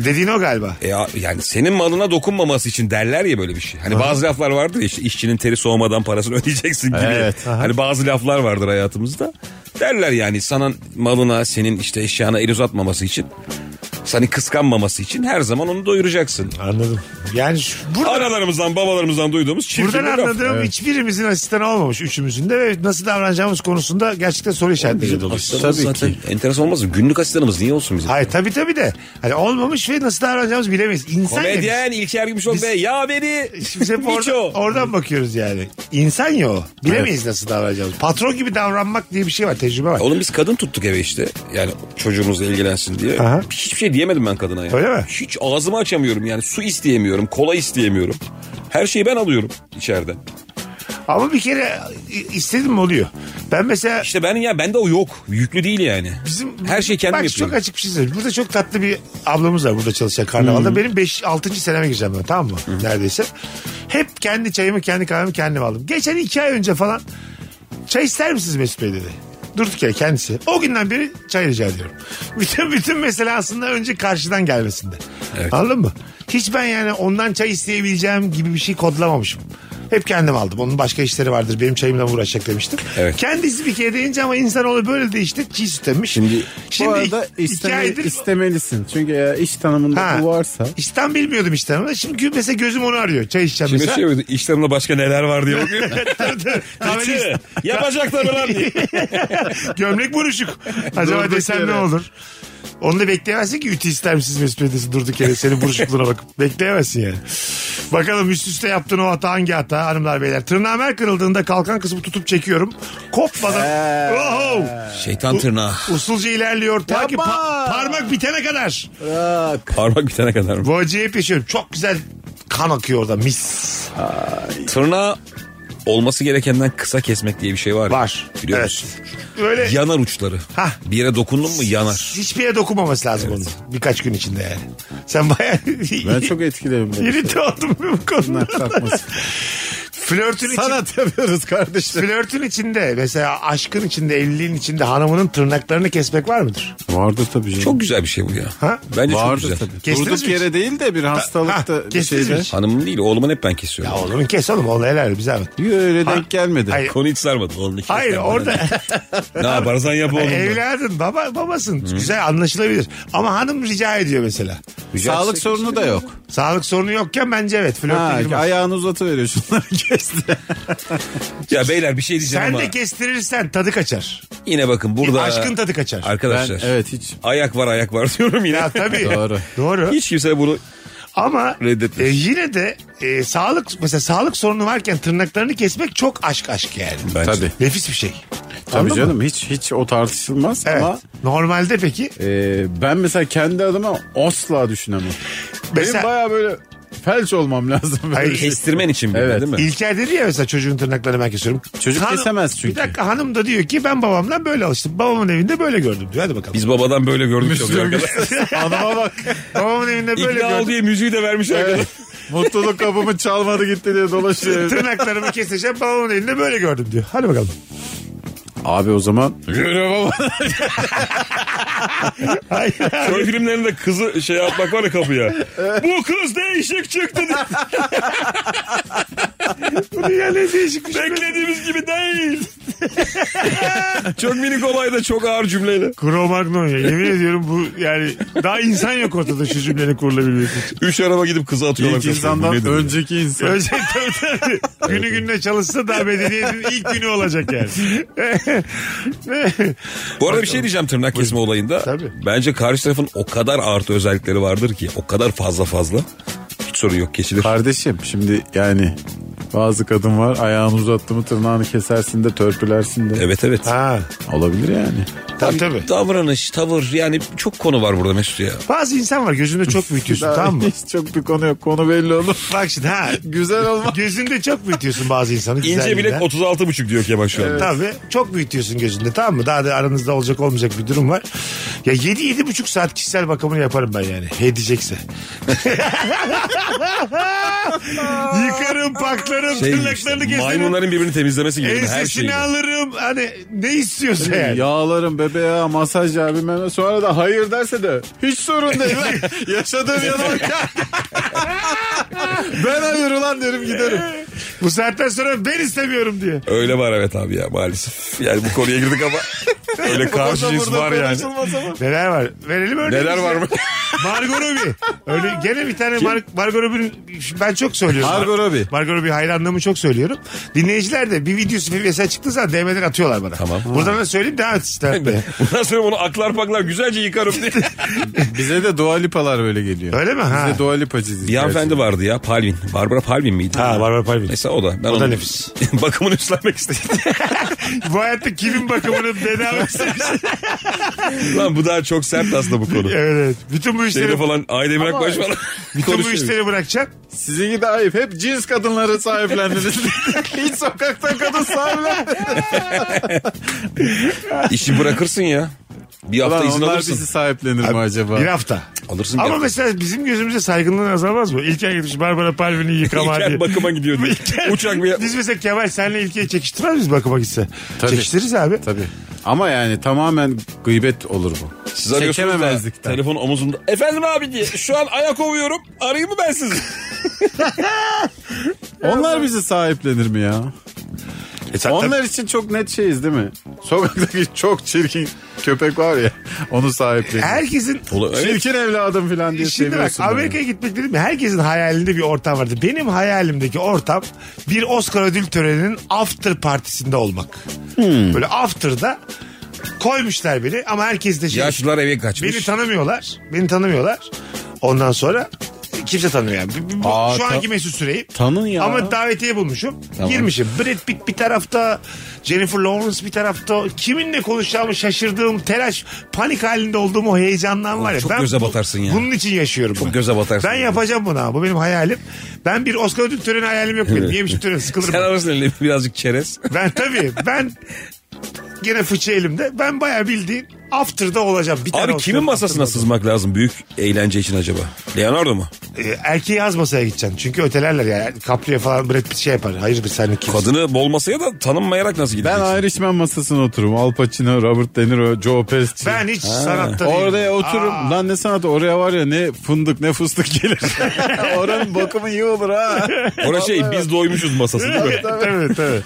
Dediğin o galiba. E ya- yani senin malına dokunmaması için derler ya böyle bir şey. Hani bazı laflar vardır ya işte işçinin teri soğumadan parasını <laughs> ödeyeceksin gibi. Evet. Hani bazı laflar vardır hayatımızda. Derler yani sana malına senin işte eşyana el uzatmaması için Hani kıskanmaması için her zaman onu doyuracaksın. Anladım. Yani şu- burada, Analarımızdan babalarımızdan duyduğumuz çirkin buradan bir laf. anladığım hiçbirimizin asistanı olmamış üçümüzün de ve nasıl davranacağımız konusunda gerçekten soru işaretleriyle dolu. Asistanımız Tabii zaten enteresan olmaz mı? Günlük asistanımız niye olsun bizim? Hayır tabii tabii de. Hani olmamış ve nasıl davranacağımızı bilemeyiz. İnsan ya biz. <laughs> Komedyen İlker Gümüşoluk Bey ya beni Biz hep orada- Miço. oradan bakıyoruz yani. İnsan ya o. Bilemeyiz nasıl davranacağımızı. Patron gibi davranmak diye bir şey var. Tecrübe var. Oğlum biz kadın tuttuk eve işte. Yani çocuğumuzla ilgilensin diye. Aha. Hiçbir şey diyemedim ben kadına ya. Öyle mi? Hiç ağzımı açamıyorum yani. Su isteyemiyorum, kola isteyemiyorum. Her şeyi ben alıyorum içeriden. Ama bir kere istedim mi oluyor. Ben mesela İşte ben ya bende o yok. Yüklü değil yani. Bizim Her şeyi kendim Bak yapıyorum. çok açık bir şey söyleyeyim. Burada çok tatlı bir ablamız var burada çalışan karnavalda. Benim 5 6. seneme gireceğim ben tamam mı? Neredeyse. Hep kendi çayımı kendi kahvemi kendim aldım. Geçen 2 ay önce falan çay ister misiniz Mesut Bey dedi. Durduk ya kendisi. O günden beri çay rica ediyorum. <laughs> Bütün bütün mesele aslında önce karşıdan gelmesinde. Anladın mı? Hiç ben yani ondan çay isteyebileceğim gibi bir şey kodlamamışım. Hep kendim aldım. Onun başka işleri vardır. Benim çayımla mı uğraşacak demiştim. Evet. Kendisi bir kere deyince ama insanoğlu böyle değişti. Çiğ süt emmiş. Şimdi, <laughs> Şimdi bu arada iki isteme- aydır- istemelisin. Çünkü eğer iş tanımında Ha. bu varsa İşten bilmiyordum işten ama şimdi gü- mesela gözüm onu arıyor. Çay içeceğim Şimdi mesela. <laughs> şey böyle, işlerimde başka neler var diye bakıyorum. Kahveli yapacaklar mı lan diye. Gömlek <laughs> buruşuk. Acaba Durduk desem yere. ne olur? Onu da bekleyemezsin ki ütü ister misiniz Mesut Bey desin durduk yere senin buruşukluğuna bakıp. <laughs> Bekleyemezsin yani. Bakalım üst üste yaptığın o hata hangi hata hanımlar beyler. Tırnağım her kırıldığında kalkan kısmı tutup çekiyorum. Kopmadan. Oho! Şeytan tırnağı. Usulca ilerliyor. Ta ki Yapma! pa- parmak bitene kadar. Parmak bitene kadar mı? Bu acıyı hep yaşıyorum. Çok güzel kan akıyor orada mis. Tırnağı olması gerekenden kısa kesmek diye bir şey var. ya. Var. Biliyor Evet. musun? Öyle Yanar uçları. Hah. Bir yere dokundun mu yanar. hiçbir yere dokunmaması lazım onun. Birkaç gün içinde yani. Sen bayağı <laughs> Ben çok etkilendim. irite oldun bu konuda. Takması. Flörtün için- Sanat yapıyoruz kardeşim. Flörtün içinde mesela aşkın içinde evliliğin içinde hanımının tırnaklarını kesmek var mıdır? Vardı tabii canım. Çok güzel bir şey bu ya. Ha? Bence çok Vardı güzel. tabii. Kestiniz Durduk mi hiç? yere değil de bir hastalıkta Ha, bir kestiniz mi şeyde. hiç? Hanımın değil oğlumun hep ben kesiyorum. Ya oğlum kes oğlum onu helal bize zahmet. Yo, öyle Ha. denk gelmedi. Hayır. Konu hiç sarmadı. Oğlunu hiç Hayır sarmadı. <laughs> orada Ne yaparsan yap oğlum. da. evladın baba babasın güzel anlaşılabilir ama hanım rica ediyor mesela. Sağlık sorunu da yok. Sağlık sorunu yokken bence evet flörte Ha, girmez. ayağını uzatıveriyor şunları kesti. Ya beyler bir şey diyeceğim Sen ama de kestirirsen tadı kaçar. yine bakın burada Aşkın tadı kaçar. Ben, arkadaşlar evet hiç. ayak var ayak var diyorum yine. Ya tabii. Doğru. Doğru. Hiç kimse bunu Ama Reddetmiş. e, yine de e, sağlık mesela sağlık sorunu varken tırnaklarını kesmek çok aşk aşk yani. bence. Tabii. Nefis bir şey. Tabii canım hiç hiç o tartışılmaz Evet. ama Normalde peki e, ben mesela kendi adıma asla düşünemem. Mesela- Benim baya böyle felç olmam lazım. böyle Ay, bir şey. Kestirmen için bir de, Evet. değil mi? İlker dedi ya mesela çocuğun tırnaklarını ben kesiyorum. Çocuk kesemez çünkü. Bir dakika hanım da diyor ki ben babamdan böyle alıştım. Babamın evinde böyle gördüm diyor. Hadi bakalım. Biz babadan böyle gördük çok arkadaşlar. Anama bak. Babamın evinde böyle İkna ol gördüm. diye müziği de vermiş arkadaşlar. Mutluluk kapımı çalmadı gitti diye dolaşıyor. evde. Tırnaklarımı keseceğim babamın elinde böyle gördüm diyor. Hadi bakalım. Abi o zaman Hayır. Köy filmlerinde kızı şey atmak var ya kapıya. Bu kız değişik çıktı. Bunu ya ne değişik bir şey. Beklediğimiz gibi değil. çok minik olayda çok ağır cümleyle. Kromagnon ya yemin ediyorum bu yani daha insan yok ortada şu cümlenin kurulabilmesi için. Üç araba gidip kızı atıyorlar. ilk insandan önceki insan. <laughs> Özel tabii tabii. Günü gününe çalışsa daha medeniyetin ilk günü olacak yani. Bu arada bir şey diyeceğim tırnak kesme olayında. Tabii. Bence karşı tarafın o kadar artı özellikleri vardır ki. O kadar fazla fazla. Hiç sorun yok geçilir. Kardeşim şimdi yani bazı kadın var ayağını uzattı mı tırnağını kesersin de törpülersin de. Evet evet. ha, Olabilir yani. tabii tabii. Davranış, tavır yani çok konu var burada Mesut ya. Bazı insan var gözünde çok <laughs> büyütüyorsun tamam mı? Hiç çok bir konu yok konu belli olur. Bak şimdi ha. Güzel olmaz. Gözünde çok büyütüyorsun bazı insanı. İnce güzelliğinden. bilek 36,5 diyor Kemal şu anda. Tabii çok büyütüyorsun gözünde tamam mı? Daha da aranızda olacak olmayacak bir durum var. Ya 7-7,5 saat kişisel bakımını yaparım ben yani. He diyecekse. <laughs> Yıkarım, paklarım, Şey gibi işte, tırnaklarını keserim. maymunların birbirini temizlemesi gibi. Her Ensesini şeyi. Şey alırım. Hani ne istiyorsa yani. Yağlarım bebeğe masaj yapayım sonra da hayır derse de hiç sorun değil. <laughs> Yaşadığım yana bak. <laughs> ben hayır ulan derim giderim. Bu saatten sonra ben istemiyorum diye. Öyle var evet abi ya maalesef. Yani bu konuya girdik ama <laughs> Öyle karşı cins var yani. Neler var? Verelim örneği. Neler var mı? <laughs> Margot Robbie. Öyle, gene bir tane Mar- Margot Robbie'nin ben çok söylüyorum. Margot Robbie. Margot Robbie hayranlığımı çok söylüyorum. Dinleyiciler de bir videosu bir mesela çıktığı zaman DM'den atıyorlar bana. Tamam. Buradan da söyleyeyim daha işte. Bundan sonra bunu aklar paklar güzelce yıkarım <laughs> diye. Bize de Dua Lipalar böyle geliyor. Öyle mi? Ha. Bize Dua Lipa çizdik. Bir hanımefendi gerçekten. vardı ya Palvin. Barbara Palvin miydi? Ha Barbara Palvin. Mesela o da. Ben O da onun nefis. <laughs> Bakımını <laughs> üstlenmek istedim. Bu hayatta kimin bakımını <laughs> bedava Lan bu daha çok sert aslında bu konu. Evet evet. Bütün bu işleri Şeyde falan Aydemir <laughs> Akbaş falan. bütün bu konuşuyor. işleri bırakacaksın. Sizinki de ayıp. Hep cins kadınları sahiplendiniz. <laughs> Hiç sokakta kadın sahiplenmediniz. İşi bırakırsın ya. Bir hafta Ulan izin onlar alırsın. bizi sahiplenir mi acaba? Bir hafta. Alırsın Ama bir hafta. mesela bizim gözümüze saygınlığın azalmaz mı? İlker gitmiş Barbara Palvin'i yıkama diye. İlker bakıma gidiyor diyor. Uçak bir... Biz mesela Kemal senle İlker'i çekiştirmez miyiz bakıma gitse? Çekiştiririz abi. Tabii. Ama yani tamamen gıybet olur bu. Siz arıyorsunuz da Çekememezlikten. telefon omuzunda. Efendim abi diye şu an ayak ovuyorum. Arayayım mı ben sizi? Onlar bizi sahiplenir mi ya? E sen- Onlar için çok net şeyiz değil mi? Sokaktaki çok çirkin köpek var ya onu sahiplenir. Herkesin Çirkin evladım falan diye Şimdi bak seviyorsun. onu. Amerika'ya gitmek dedim ya herkesin hayalinde bir ortam vardı. Benim hayalimdeki ortam bir Oscar ödül töreninin after partisinde olmak. Hmm. Böyle after'da koymuşlar beni ama herkes de şey, Yaşlılar eve kaçmış. beni tanımıyorlar. Beni tanımıyorlar. Ondan sonra kimse tanımıyor yani. Bu- bu- Aa, Şu ta- anki Mesut Süreyi. Tanın ya. Ama davetiye bulmuşum. Girmişim. Brad Pitt bir tarafta, Jennifer Lawrence bir tarafta. Kiminle konuşacağımı şaşırdığım, telaş, panik halinde olduğum o heyecandan var ya. çok göze bu- batarsın ya. Bunun için yaşıyorum. Çok ben. göze batarsın Ben ya. yapacağım bunu ha. Bu benim hayalim. Ben bir Oscar ödül töreni hayalim yok benim. Yemişim töreni sıkılırım. Sen ben. alırsın eline birazcık çerez. ben tabii. <laughs> Ben gene fıçı elimde. Ben bayağı bildiğin after'da olacağım. Bir tane Abi Oscar kimin masasına after'da sızmak lazım büyük eğlence için acaba? Leonardo mu? olacağım. Ee, erkeği az masaya gideceksin. Çünkü ötelerler yani. Kapriye falan Brad Pitt şey yapar. Hayır bir saniye kimse. Kadını bol masaya da tanınmayarak nasıl Ben gideceksin? ayrışman masasına otururum. Al Pacino, Robert De Niro, Joe Pesci. Ben <laughs> hiç sanatta değilim. Oraya otururum. Aa. Lan ne sanat oraya var ya ne fındık ne fıstık gelir. Oranın bakımı iyi olur ha. Orası şey biz doymuşuz masası değil mi? <laughs> tabii tabii.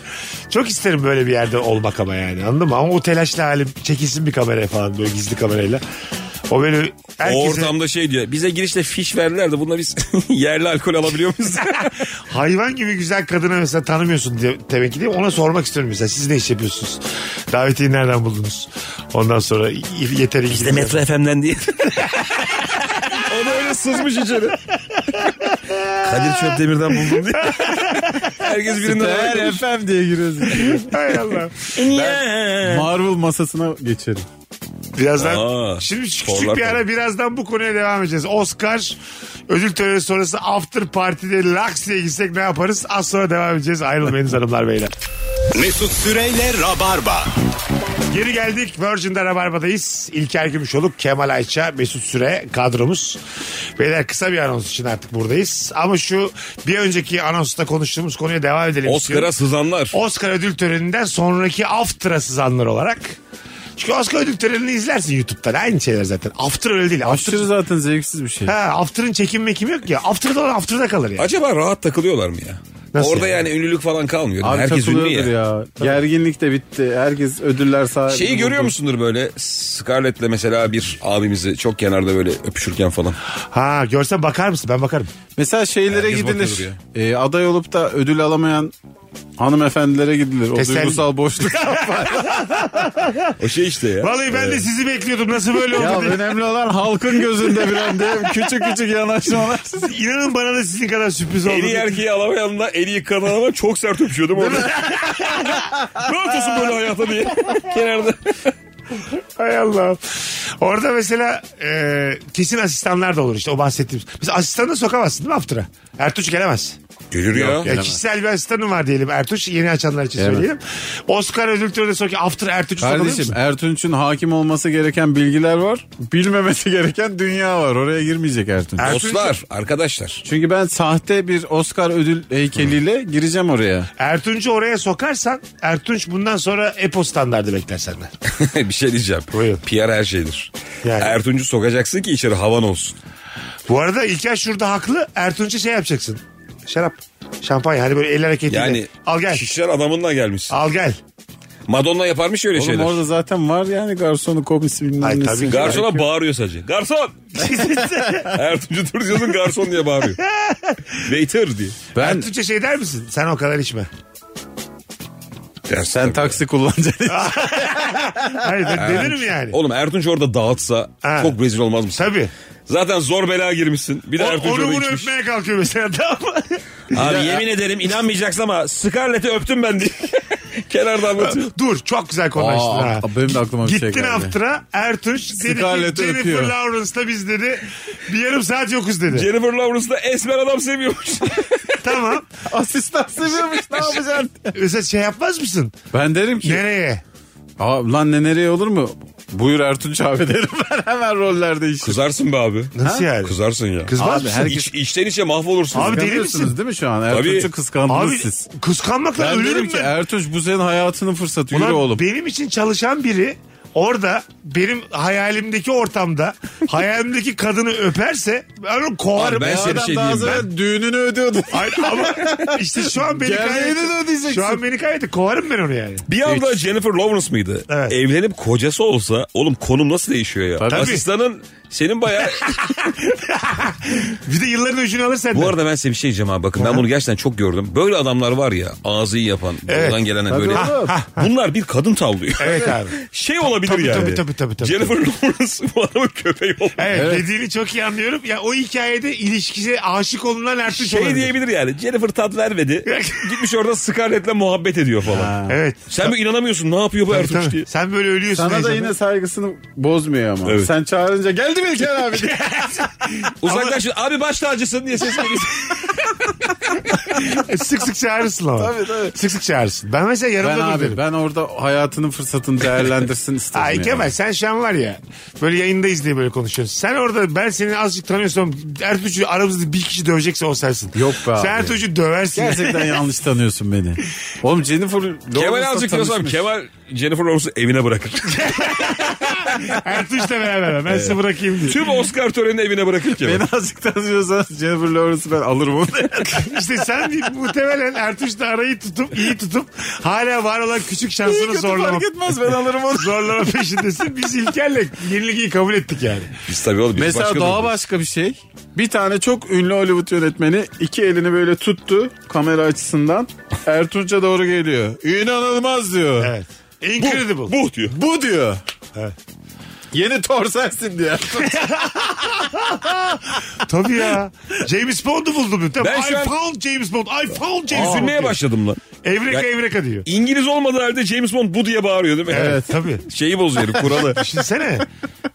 Çok isterim böyle bir yerde olmak ama yani anladın mı? Ama o telaşlı halim çekilsin bir kameraya falan böyle gizli kamerayla. O böyle O herkese ortamda şey diyor. Bize girişte fiş verdiler de bunda biz <laughs> yerli alkol alabiliyor <laughs> muyuz? hayvan gibi güzel kadına mesela tanımıyorsun diye demek ki değil mi? Ona sormak istiyorum mesela siz ne iş yapıyorsunuz? Davetiyi nereden buldunuz? Ondan sonra y- yeter İşte FM'den diye. <laughs> o da öyle sızmış içeri. Kadir Çöpdemir'den buldum diye. Herkes birinden Değer alıyor. FM diye giriyorsun. Hay Allah. Marvel masasına geçerim. Birazdan Aa, şimdi küçük sporlar bir ara falan. birazdan bu konuya devam edeceğiz. Oscar ödül töreni sonrası after partide laks diye gitsek ne yaparız? Az sonra devam edeceğiz. <laughs> Ayrılmayınız hanımlar beyler. Mesut Süreyle Rabarba. Geri geldik. Virgin'de Rabarba'dayız. İlker Gümüşoluk, Kemal Ayça, Mesut Süre kadromuz. Beyler kısa bir anons için artık buradayız. Ama şu bir önceki anonsta konuştuğumuz konuya devam edelim. Oscar'a istiyorum. sızanlar. Oscar ödül töreninden sonraki after'a sızanlar olarak. Çünkü Oscar ödül törenini izlersin YouTube'dan. Aynı şeyler zaten. After öyle değil. After, Aşırı zaten zevksiz bir şey. ha, after'ın çekim mekim yok ya. After'da olan after'da kalır ya. Acaba rahat takılıyorlar mı ya? Nasıl Orada yani? yani? ünlülük falan kalmıyor. Abi Herkes ünlü takılıyordur ya. ya. Gerginlik de bitti. Herkes ödüller sahibi. Şeyi buldu. görüyor musundur böyle Scarlett'le mesela bir abimizi çok kenarda böyle öpüşürken falan. Ha görsen bakar mısın? Ben bakarım. Mesela şeylere Herkes gidilir. bakıyordur E, aday olup da ödül alamayan hanımefendilere gidilir. O Teselli. <laughs> duygusal boşluk. O şey işte ya. Vallahi ben de sizi bekliyordum. Nasıl böyle ya oldu diye. önemli olan halkın gözünde bir <laughs> an değil mi? Küçük küçük yanaşmalar. İnanın bana da sizin kadar sürpriz oldu. En iyi erkeği alamayan da en iyi kadın ama çok sert öpüşüyordum orada. <laughs> ne yapıyorsun böyle hayata diye. Kenarda. Hay Allah. Orada mesela e, kesin asistanlar da olur işte o bahsettiğimiz. Biz asistanı da sokamazsın değil mi After'a? Ertuğrul gelemez. Gelir ya. Ya kişisel bir asistanım var diyelim Ertuğrul yeni açanlar için Evet. söyleyelim. Oscar ödül töreni sonraki After Ertuğrul sokabilir Kardeşim e- misin? Ertunç'un hakim olması gereken bilgiler var. Bilmemesi gereken dünya var. Oraya girmeyecek Ertunç. Er- Dostlar, arkadaşlar. <laughs> Çünkü ben sahte bir Oscar ödül heykeliyle gireceğim oraya. Ertunç'u oraya sokarsan Ertunç bundan sonra EPO standardı bekler senden. bir şey diyeceğim. Buyurun. PR her şeydir. Yani. Ertuğrul'u sokacaksın ki içeri havan olsun. Bu arada İlker şurada haklı Ertunç'a şey yapacaksın. Şarap, şampanya hani böyle el hareketiyle. Yani Al gel. <laughs> şişler adamınla gelmişsin. Al gel. Madonna yaparmış ya öyle Oğlum şeyler. orada zaten var yani garsonu komisi Ay, bilmem nesi. tabii Garsona bağırıyor sadece. Garson! Ertuğrul dur diyorsun garson diye bağırıyor. Waiter diye. Ben Türkçe şey der misin? Sen o kadar içme. sen taksi kullanacaksın. Hayır ben denirim yani. Oğlum Ertunç orada dağıtsa Ha. çok rezil olmaz mısın? Tabii. Zaten zor belaya girmişsin. Bir de O- Ertunç onu orada bunu içmiş. öpmeye kalkıyor mesela <laughs> tamam mı? <laughs> Abi yemin ederim inanmayacaksın ama Scarlett'i öptüm ben diye. <laughs> Kenarda <laughs> anlatıyor. Dur çok güzel konuştun Aa, ha. benim de aklıma bir şey Gittin geldi. after'a Ertuş dedi ki Scarlett'i Jennifer öpüyor. Lawrence'la biz dedi bir yarım saat yokuz dedi. Jennifer Lawrence da esmer adam <laughs> seviyormuş. tamam. <laughs> Asistan seviyormuş ne yapacaksın? Mesela şey yapmaz mısın? Ben derim ki Nereye? Aa, lan ne nereye olur mu? Buyur Ertunç abi <laughs> derim ben hemen rollerde işim. Kızarsın be abi. Nasıl yani? Kızarsın ya. Kızmaz Abi, mısın? her- İç, içten içe mahvolursun. Abi deli Kıskanıyorsunuz misin? değil mi şu an? Ertunç'u Tabii. kıskandınız Abi siz. kıskanmakla Ben derim ölürüm ki ben. Ertunç bu senin hayatının fırsatı Ulan yürü oğlum. benim için çalışan biri orada benim hayalimdeki ortamda hayalimdeki kadını öperse ben onu kovarım. Abi ben Ya seni adam- şey diyeyim ben. düğününü ödüyordu. Ay, ama işte şu an beni Geldiğini de kaybetti. ödeyeceksin. Şu an beni kaybetti. Kovarım ben onu yani. Bir anda Jennifer Lawrence mıydı? Evet. Evlenip kocası olsa oğlum konum nasıl değişiyor ya? Tabii. Asistanın senin bayağı... Bir de yılların öcünü alır senden. <laughs> Bu arada ben size bir şey diyeceğim abi. Bakın ben bunu gerçekten çok gördüm. Böyle adamlar var ya ağzı iyi yapan. Evet. Buradan gelen Tabii böyle. oğlum. Bunlar bir kadın tavlıyor. Evet abi. Şey olabilir Tabii, yani. tabii, tabii, tabii, tabii. şey Jennifer Lawrence bu adamın köpeği olmuş. Evet, dediğini çok iyi anlıyorum. Ya o hikayede ilişkise aşık olunan Ertuğrul Şey olabilir. diyebilir yani. Jennifer <laughs> tat vermedi. Gitmiş orada Scarlett'le muhabbet ediyor falan. Evet. Sen bir inanamıyorsun ne yapıyor bu Tabii, Ertuğrul tabii. diye. Sen böyle ölüyorsun. Sana da heyecanla. yine saygısını bozmuyor ama. Evet. Sen çağırınca geldi mi İlker <laughs> abi? diye. Uzaklaşın abi baş tacısın diye ses veriyorsun. <laughs> E, sık sık çağırırsın ama. Tabii, tabii. Sık sık çağırırsın. Ben mesela ben yanımda dur abi derim. ben orada hayatının <laughs> fırsatını değerlendirsin istedim. Ay ya. Kemal sen şu an var ya böyle yayındayız diye böyle konuşuyorsun. Sen orada ben seni azıcık tanıyorsam Ertuğrul'u aramızda bir kişi dövecekse o sensin. Yok be abi. Sen Ertuğrul'u döversin. Gerçekten yanlış tanıyorsun beni. Oğlum Jennifer Lawrence'la Kemal azıcık diyorsam tanışmış. Kemal Jennifer Lawrence'ı evine bırakır. <laughs> Ertuğrul'la beraber ben size bırakayım diye. <laughs> Tüm Oscar törenini evine bırakır Kemal. Beni azıcık tanıyorsan Jennifer Lawrence'ı ben alırım <laughs> onu. işte sen değil, muhtemelen Ertuğrul'la arayı tutup iyi tutup hala var olan küçük İyi şansını kötü zorlama. fark etmez ben alırım <laughs> onu. Zorlama peşindesin. Biz İlker'le yeniliği kabul ettik yani. Biz tabii oğlum biz Mesela başka daha durumdayız. başka bir şey. Bir tane çok ünlü Hollywood yönetmeni iki elini böyle tuttu kamera açısından. Ertuğrul'a doğru geliyor. İnanılmaz diyor. Evet. Incredible. Bu diyor. Bu diyor. Evet. Yeni Thor sensin <laughs> diyor. Tabii ya. James Bond'u buldum. Tabii. Ben I şu an- found James Bond. I found James Bond. Üzülmeye diyor. başladım lan. Evreka Ya- Evreka diyor. İngiliz olmadığı halde James Bond bu diye bağırıyor değil mi? Evet, tabii. Şeyi <laughs> bozuyor kuralı. Düşünsene.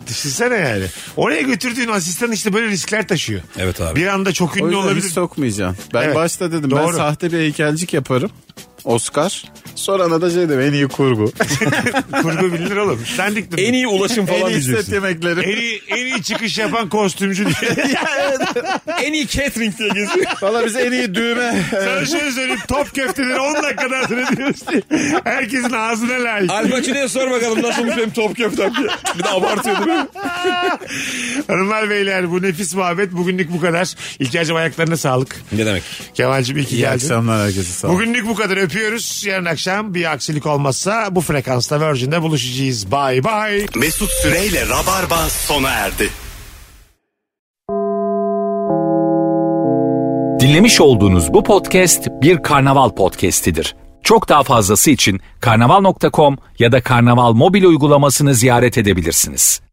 Düşünsene yani. Oraya götürdüğün asistan işte böyle riskler taşıyor. Evet abi. Bir anda çok O ünlü yüzden hiç olabilir. sokmayacaksın. Ben Evet. başta dedim ben Doğru. sahte bir heykelcik yaparım. Oscar. Sonra da şey dedim <laughs> en iyi kurgu. Kurgu bilinir oğlum. Sen <laughs> diktin. en <laughs> iyi ulaşım en falan iyi set diyeceksin. yemekleri. En iyi, en iyi çıkış yapan kostümcü <laughs> diye. en iyi catering diye geziyor. Valla bize en iyi düğme. Sana şöyle söyleyeyim top köfteleri 10 dakikada hazırlıyoruz diye. Herkesin ağzına layık. Al Pacino'ya sor bakalım nasılmış benim top köftem diye. Bir de abartıyor değil mi? Hanımlar beyler bu nefis muhabbet bugünlük bu kadar. İlker'cim ayaklarına sağlık. Ne demek? Kemal'cim iyi ki İyi geldin. akşamlar herkese sağ olun. Bugünlük bu kadar öpüyoruz. Yarın akşam bir aksilik olmazsa bu frekansta Virgin'de buluşacağız. Bye bye. Mesut Süreyle Rabarba sona erdi. Dinlemiş olduğunuz bu podcast bir karnaval podcastidir. Çok daha fazlası için karnaval.com ya da karnaval mobil uygulamasını ziyaret edebilirsiniz.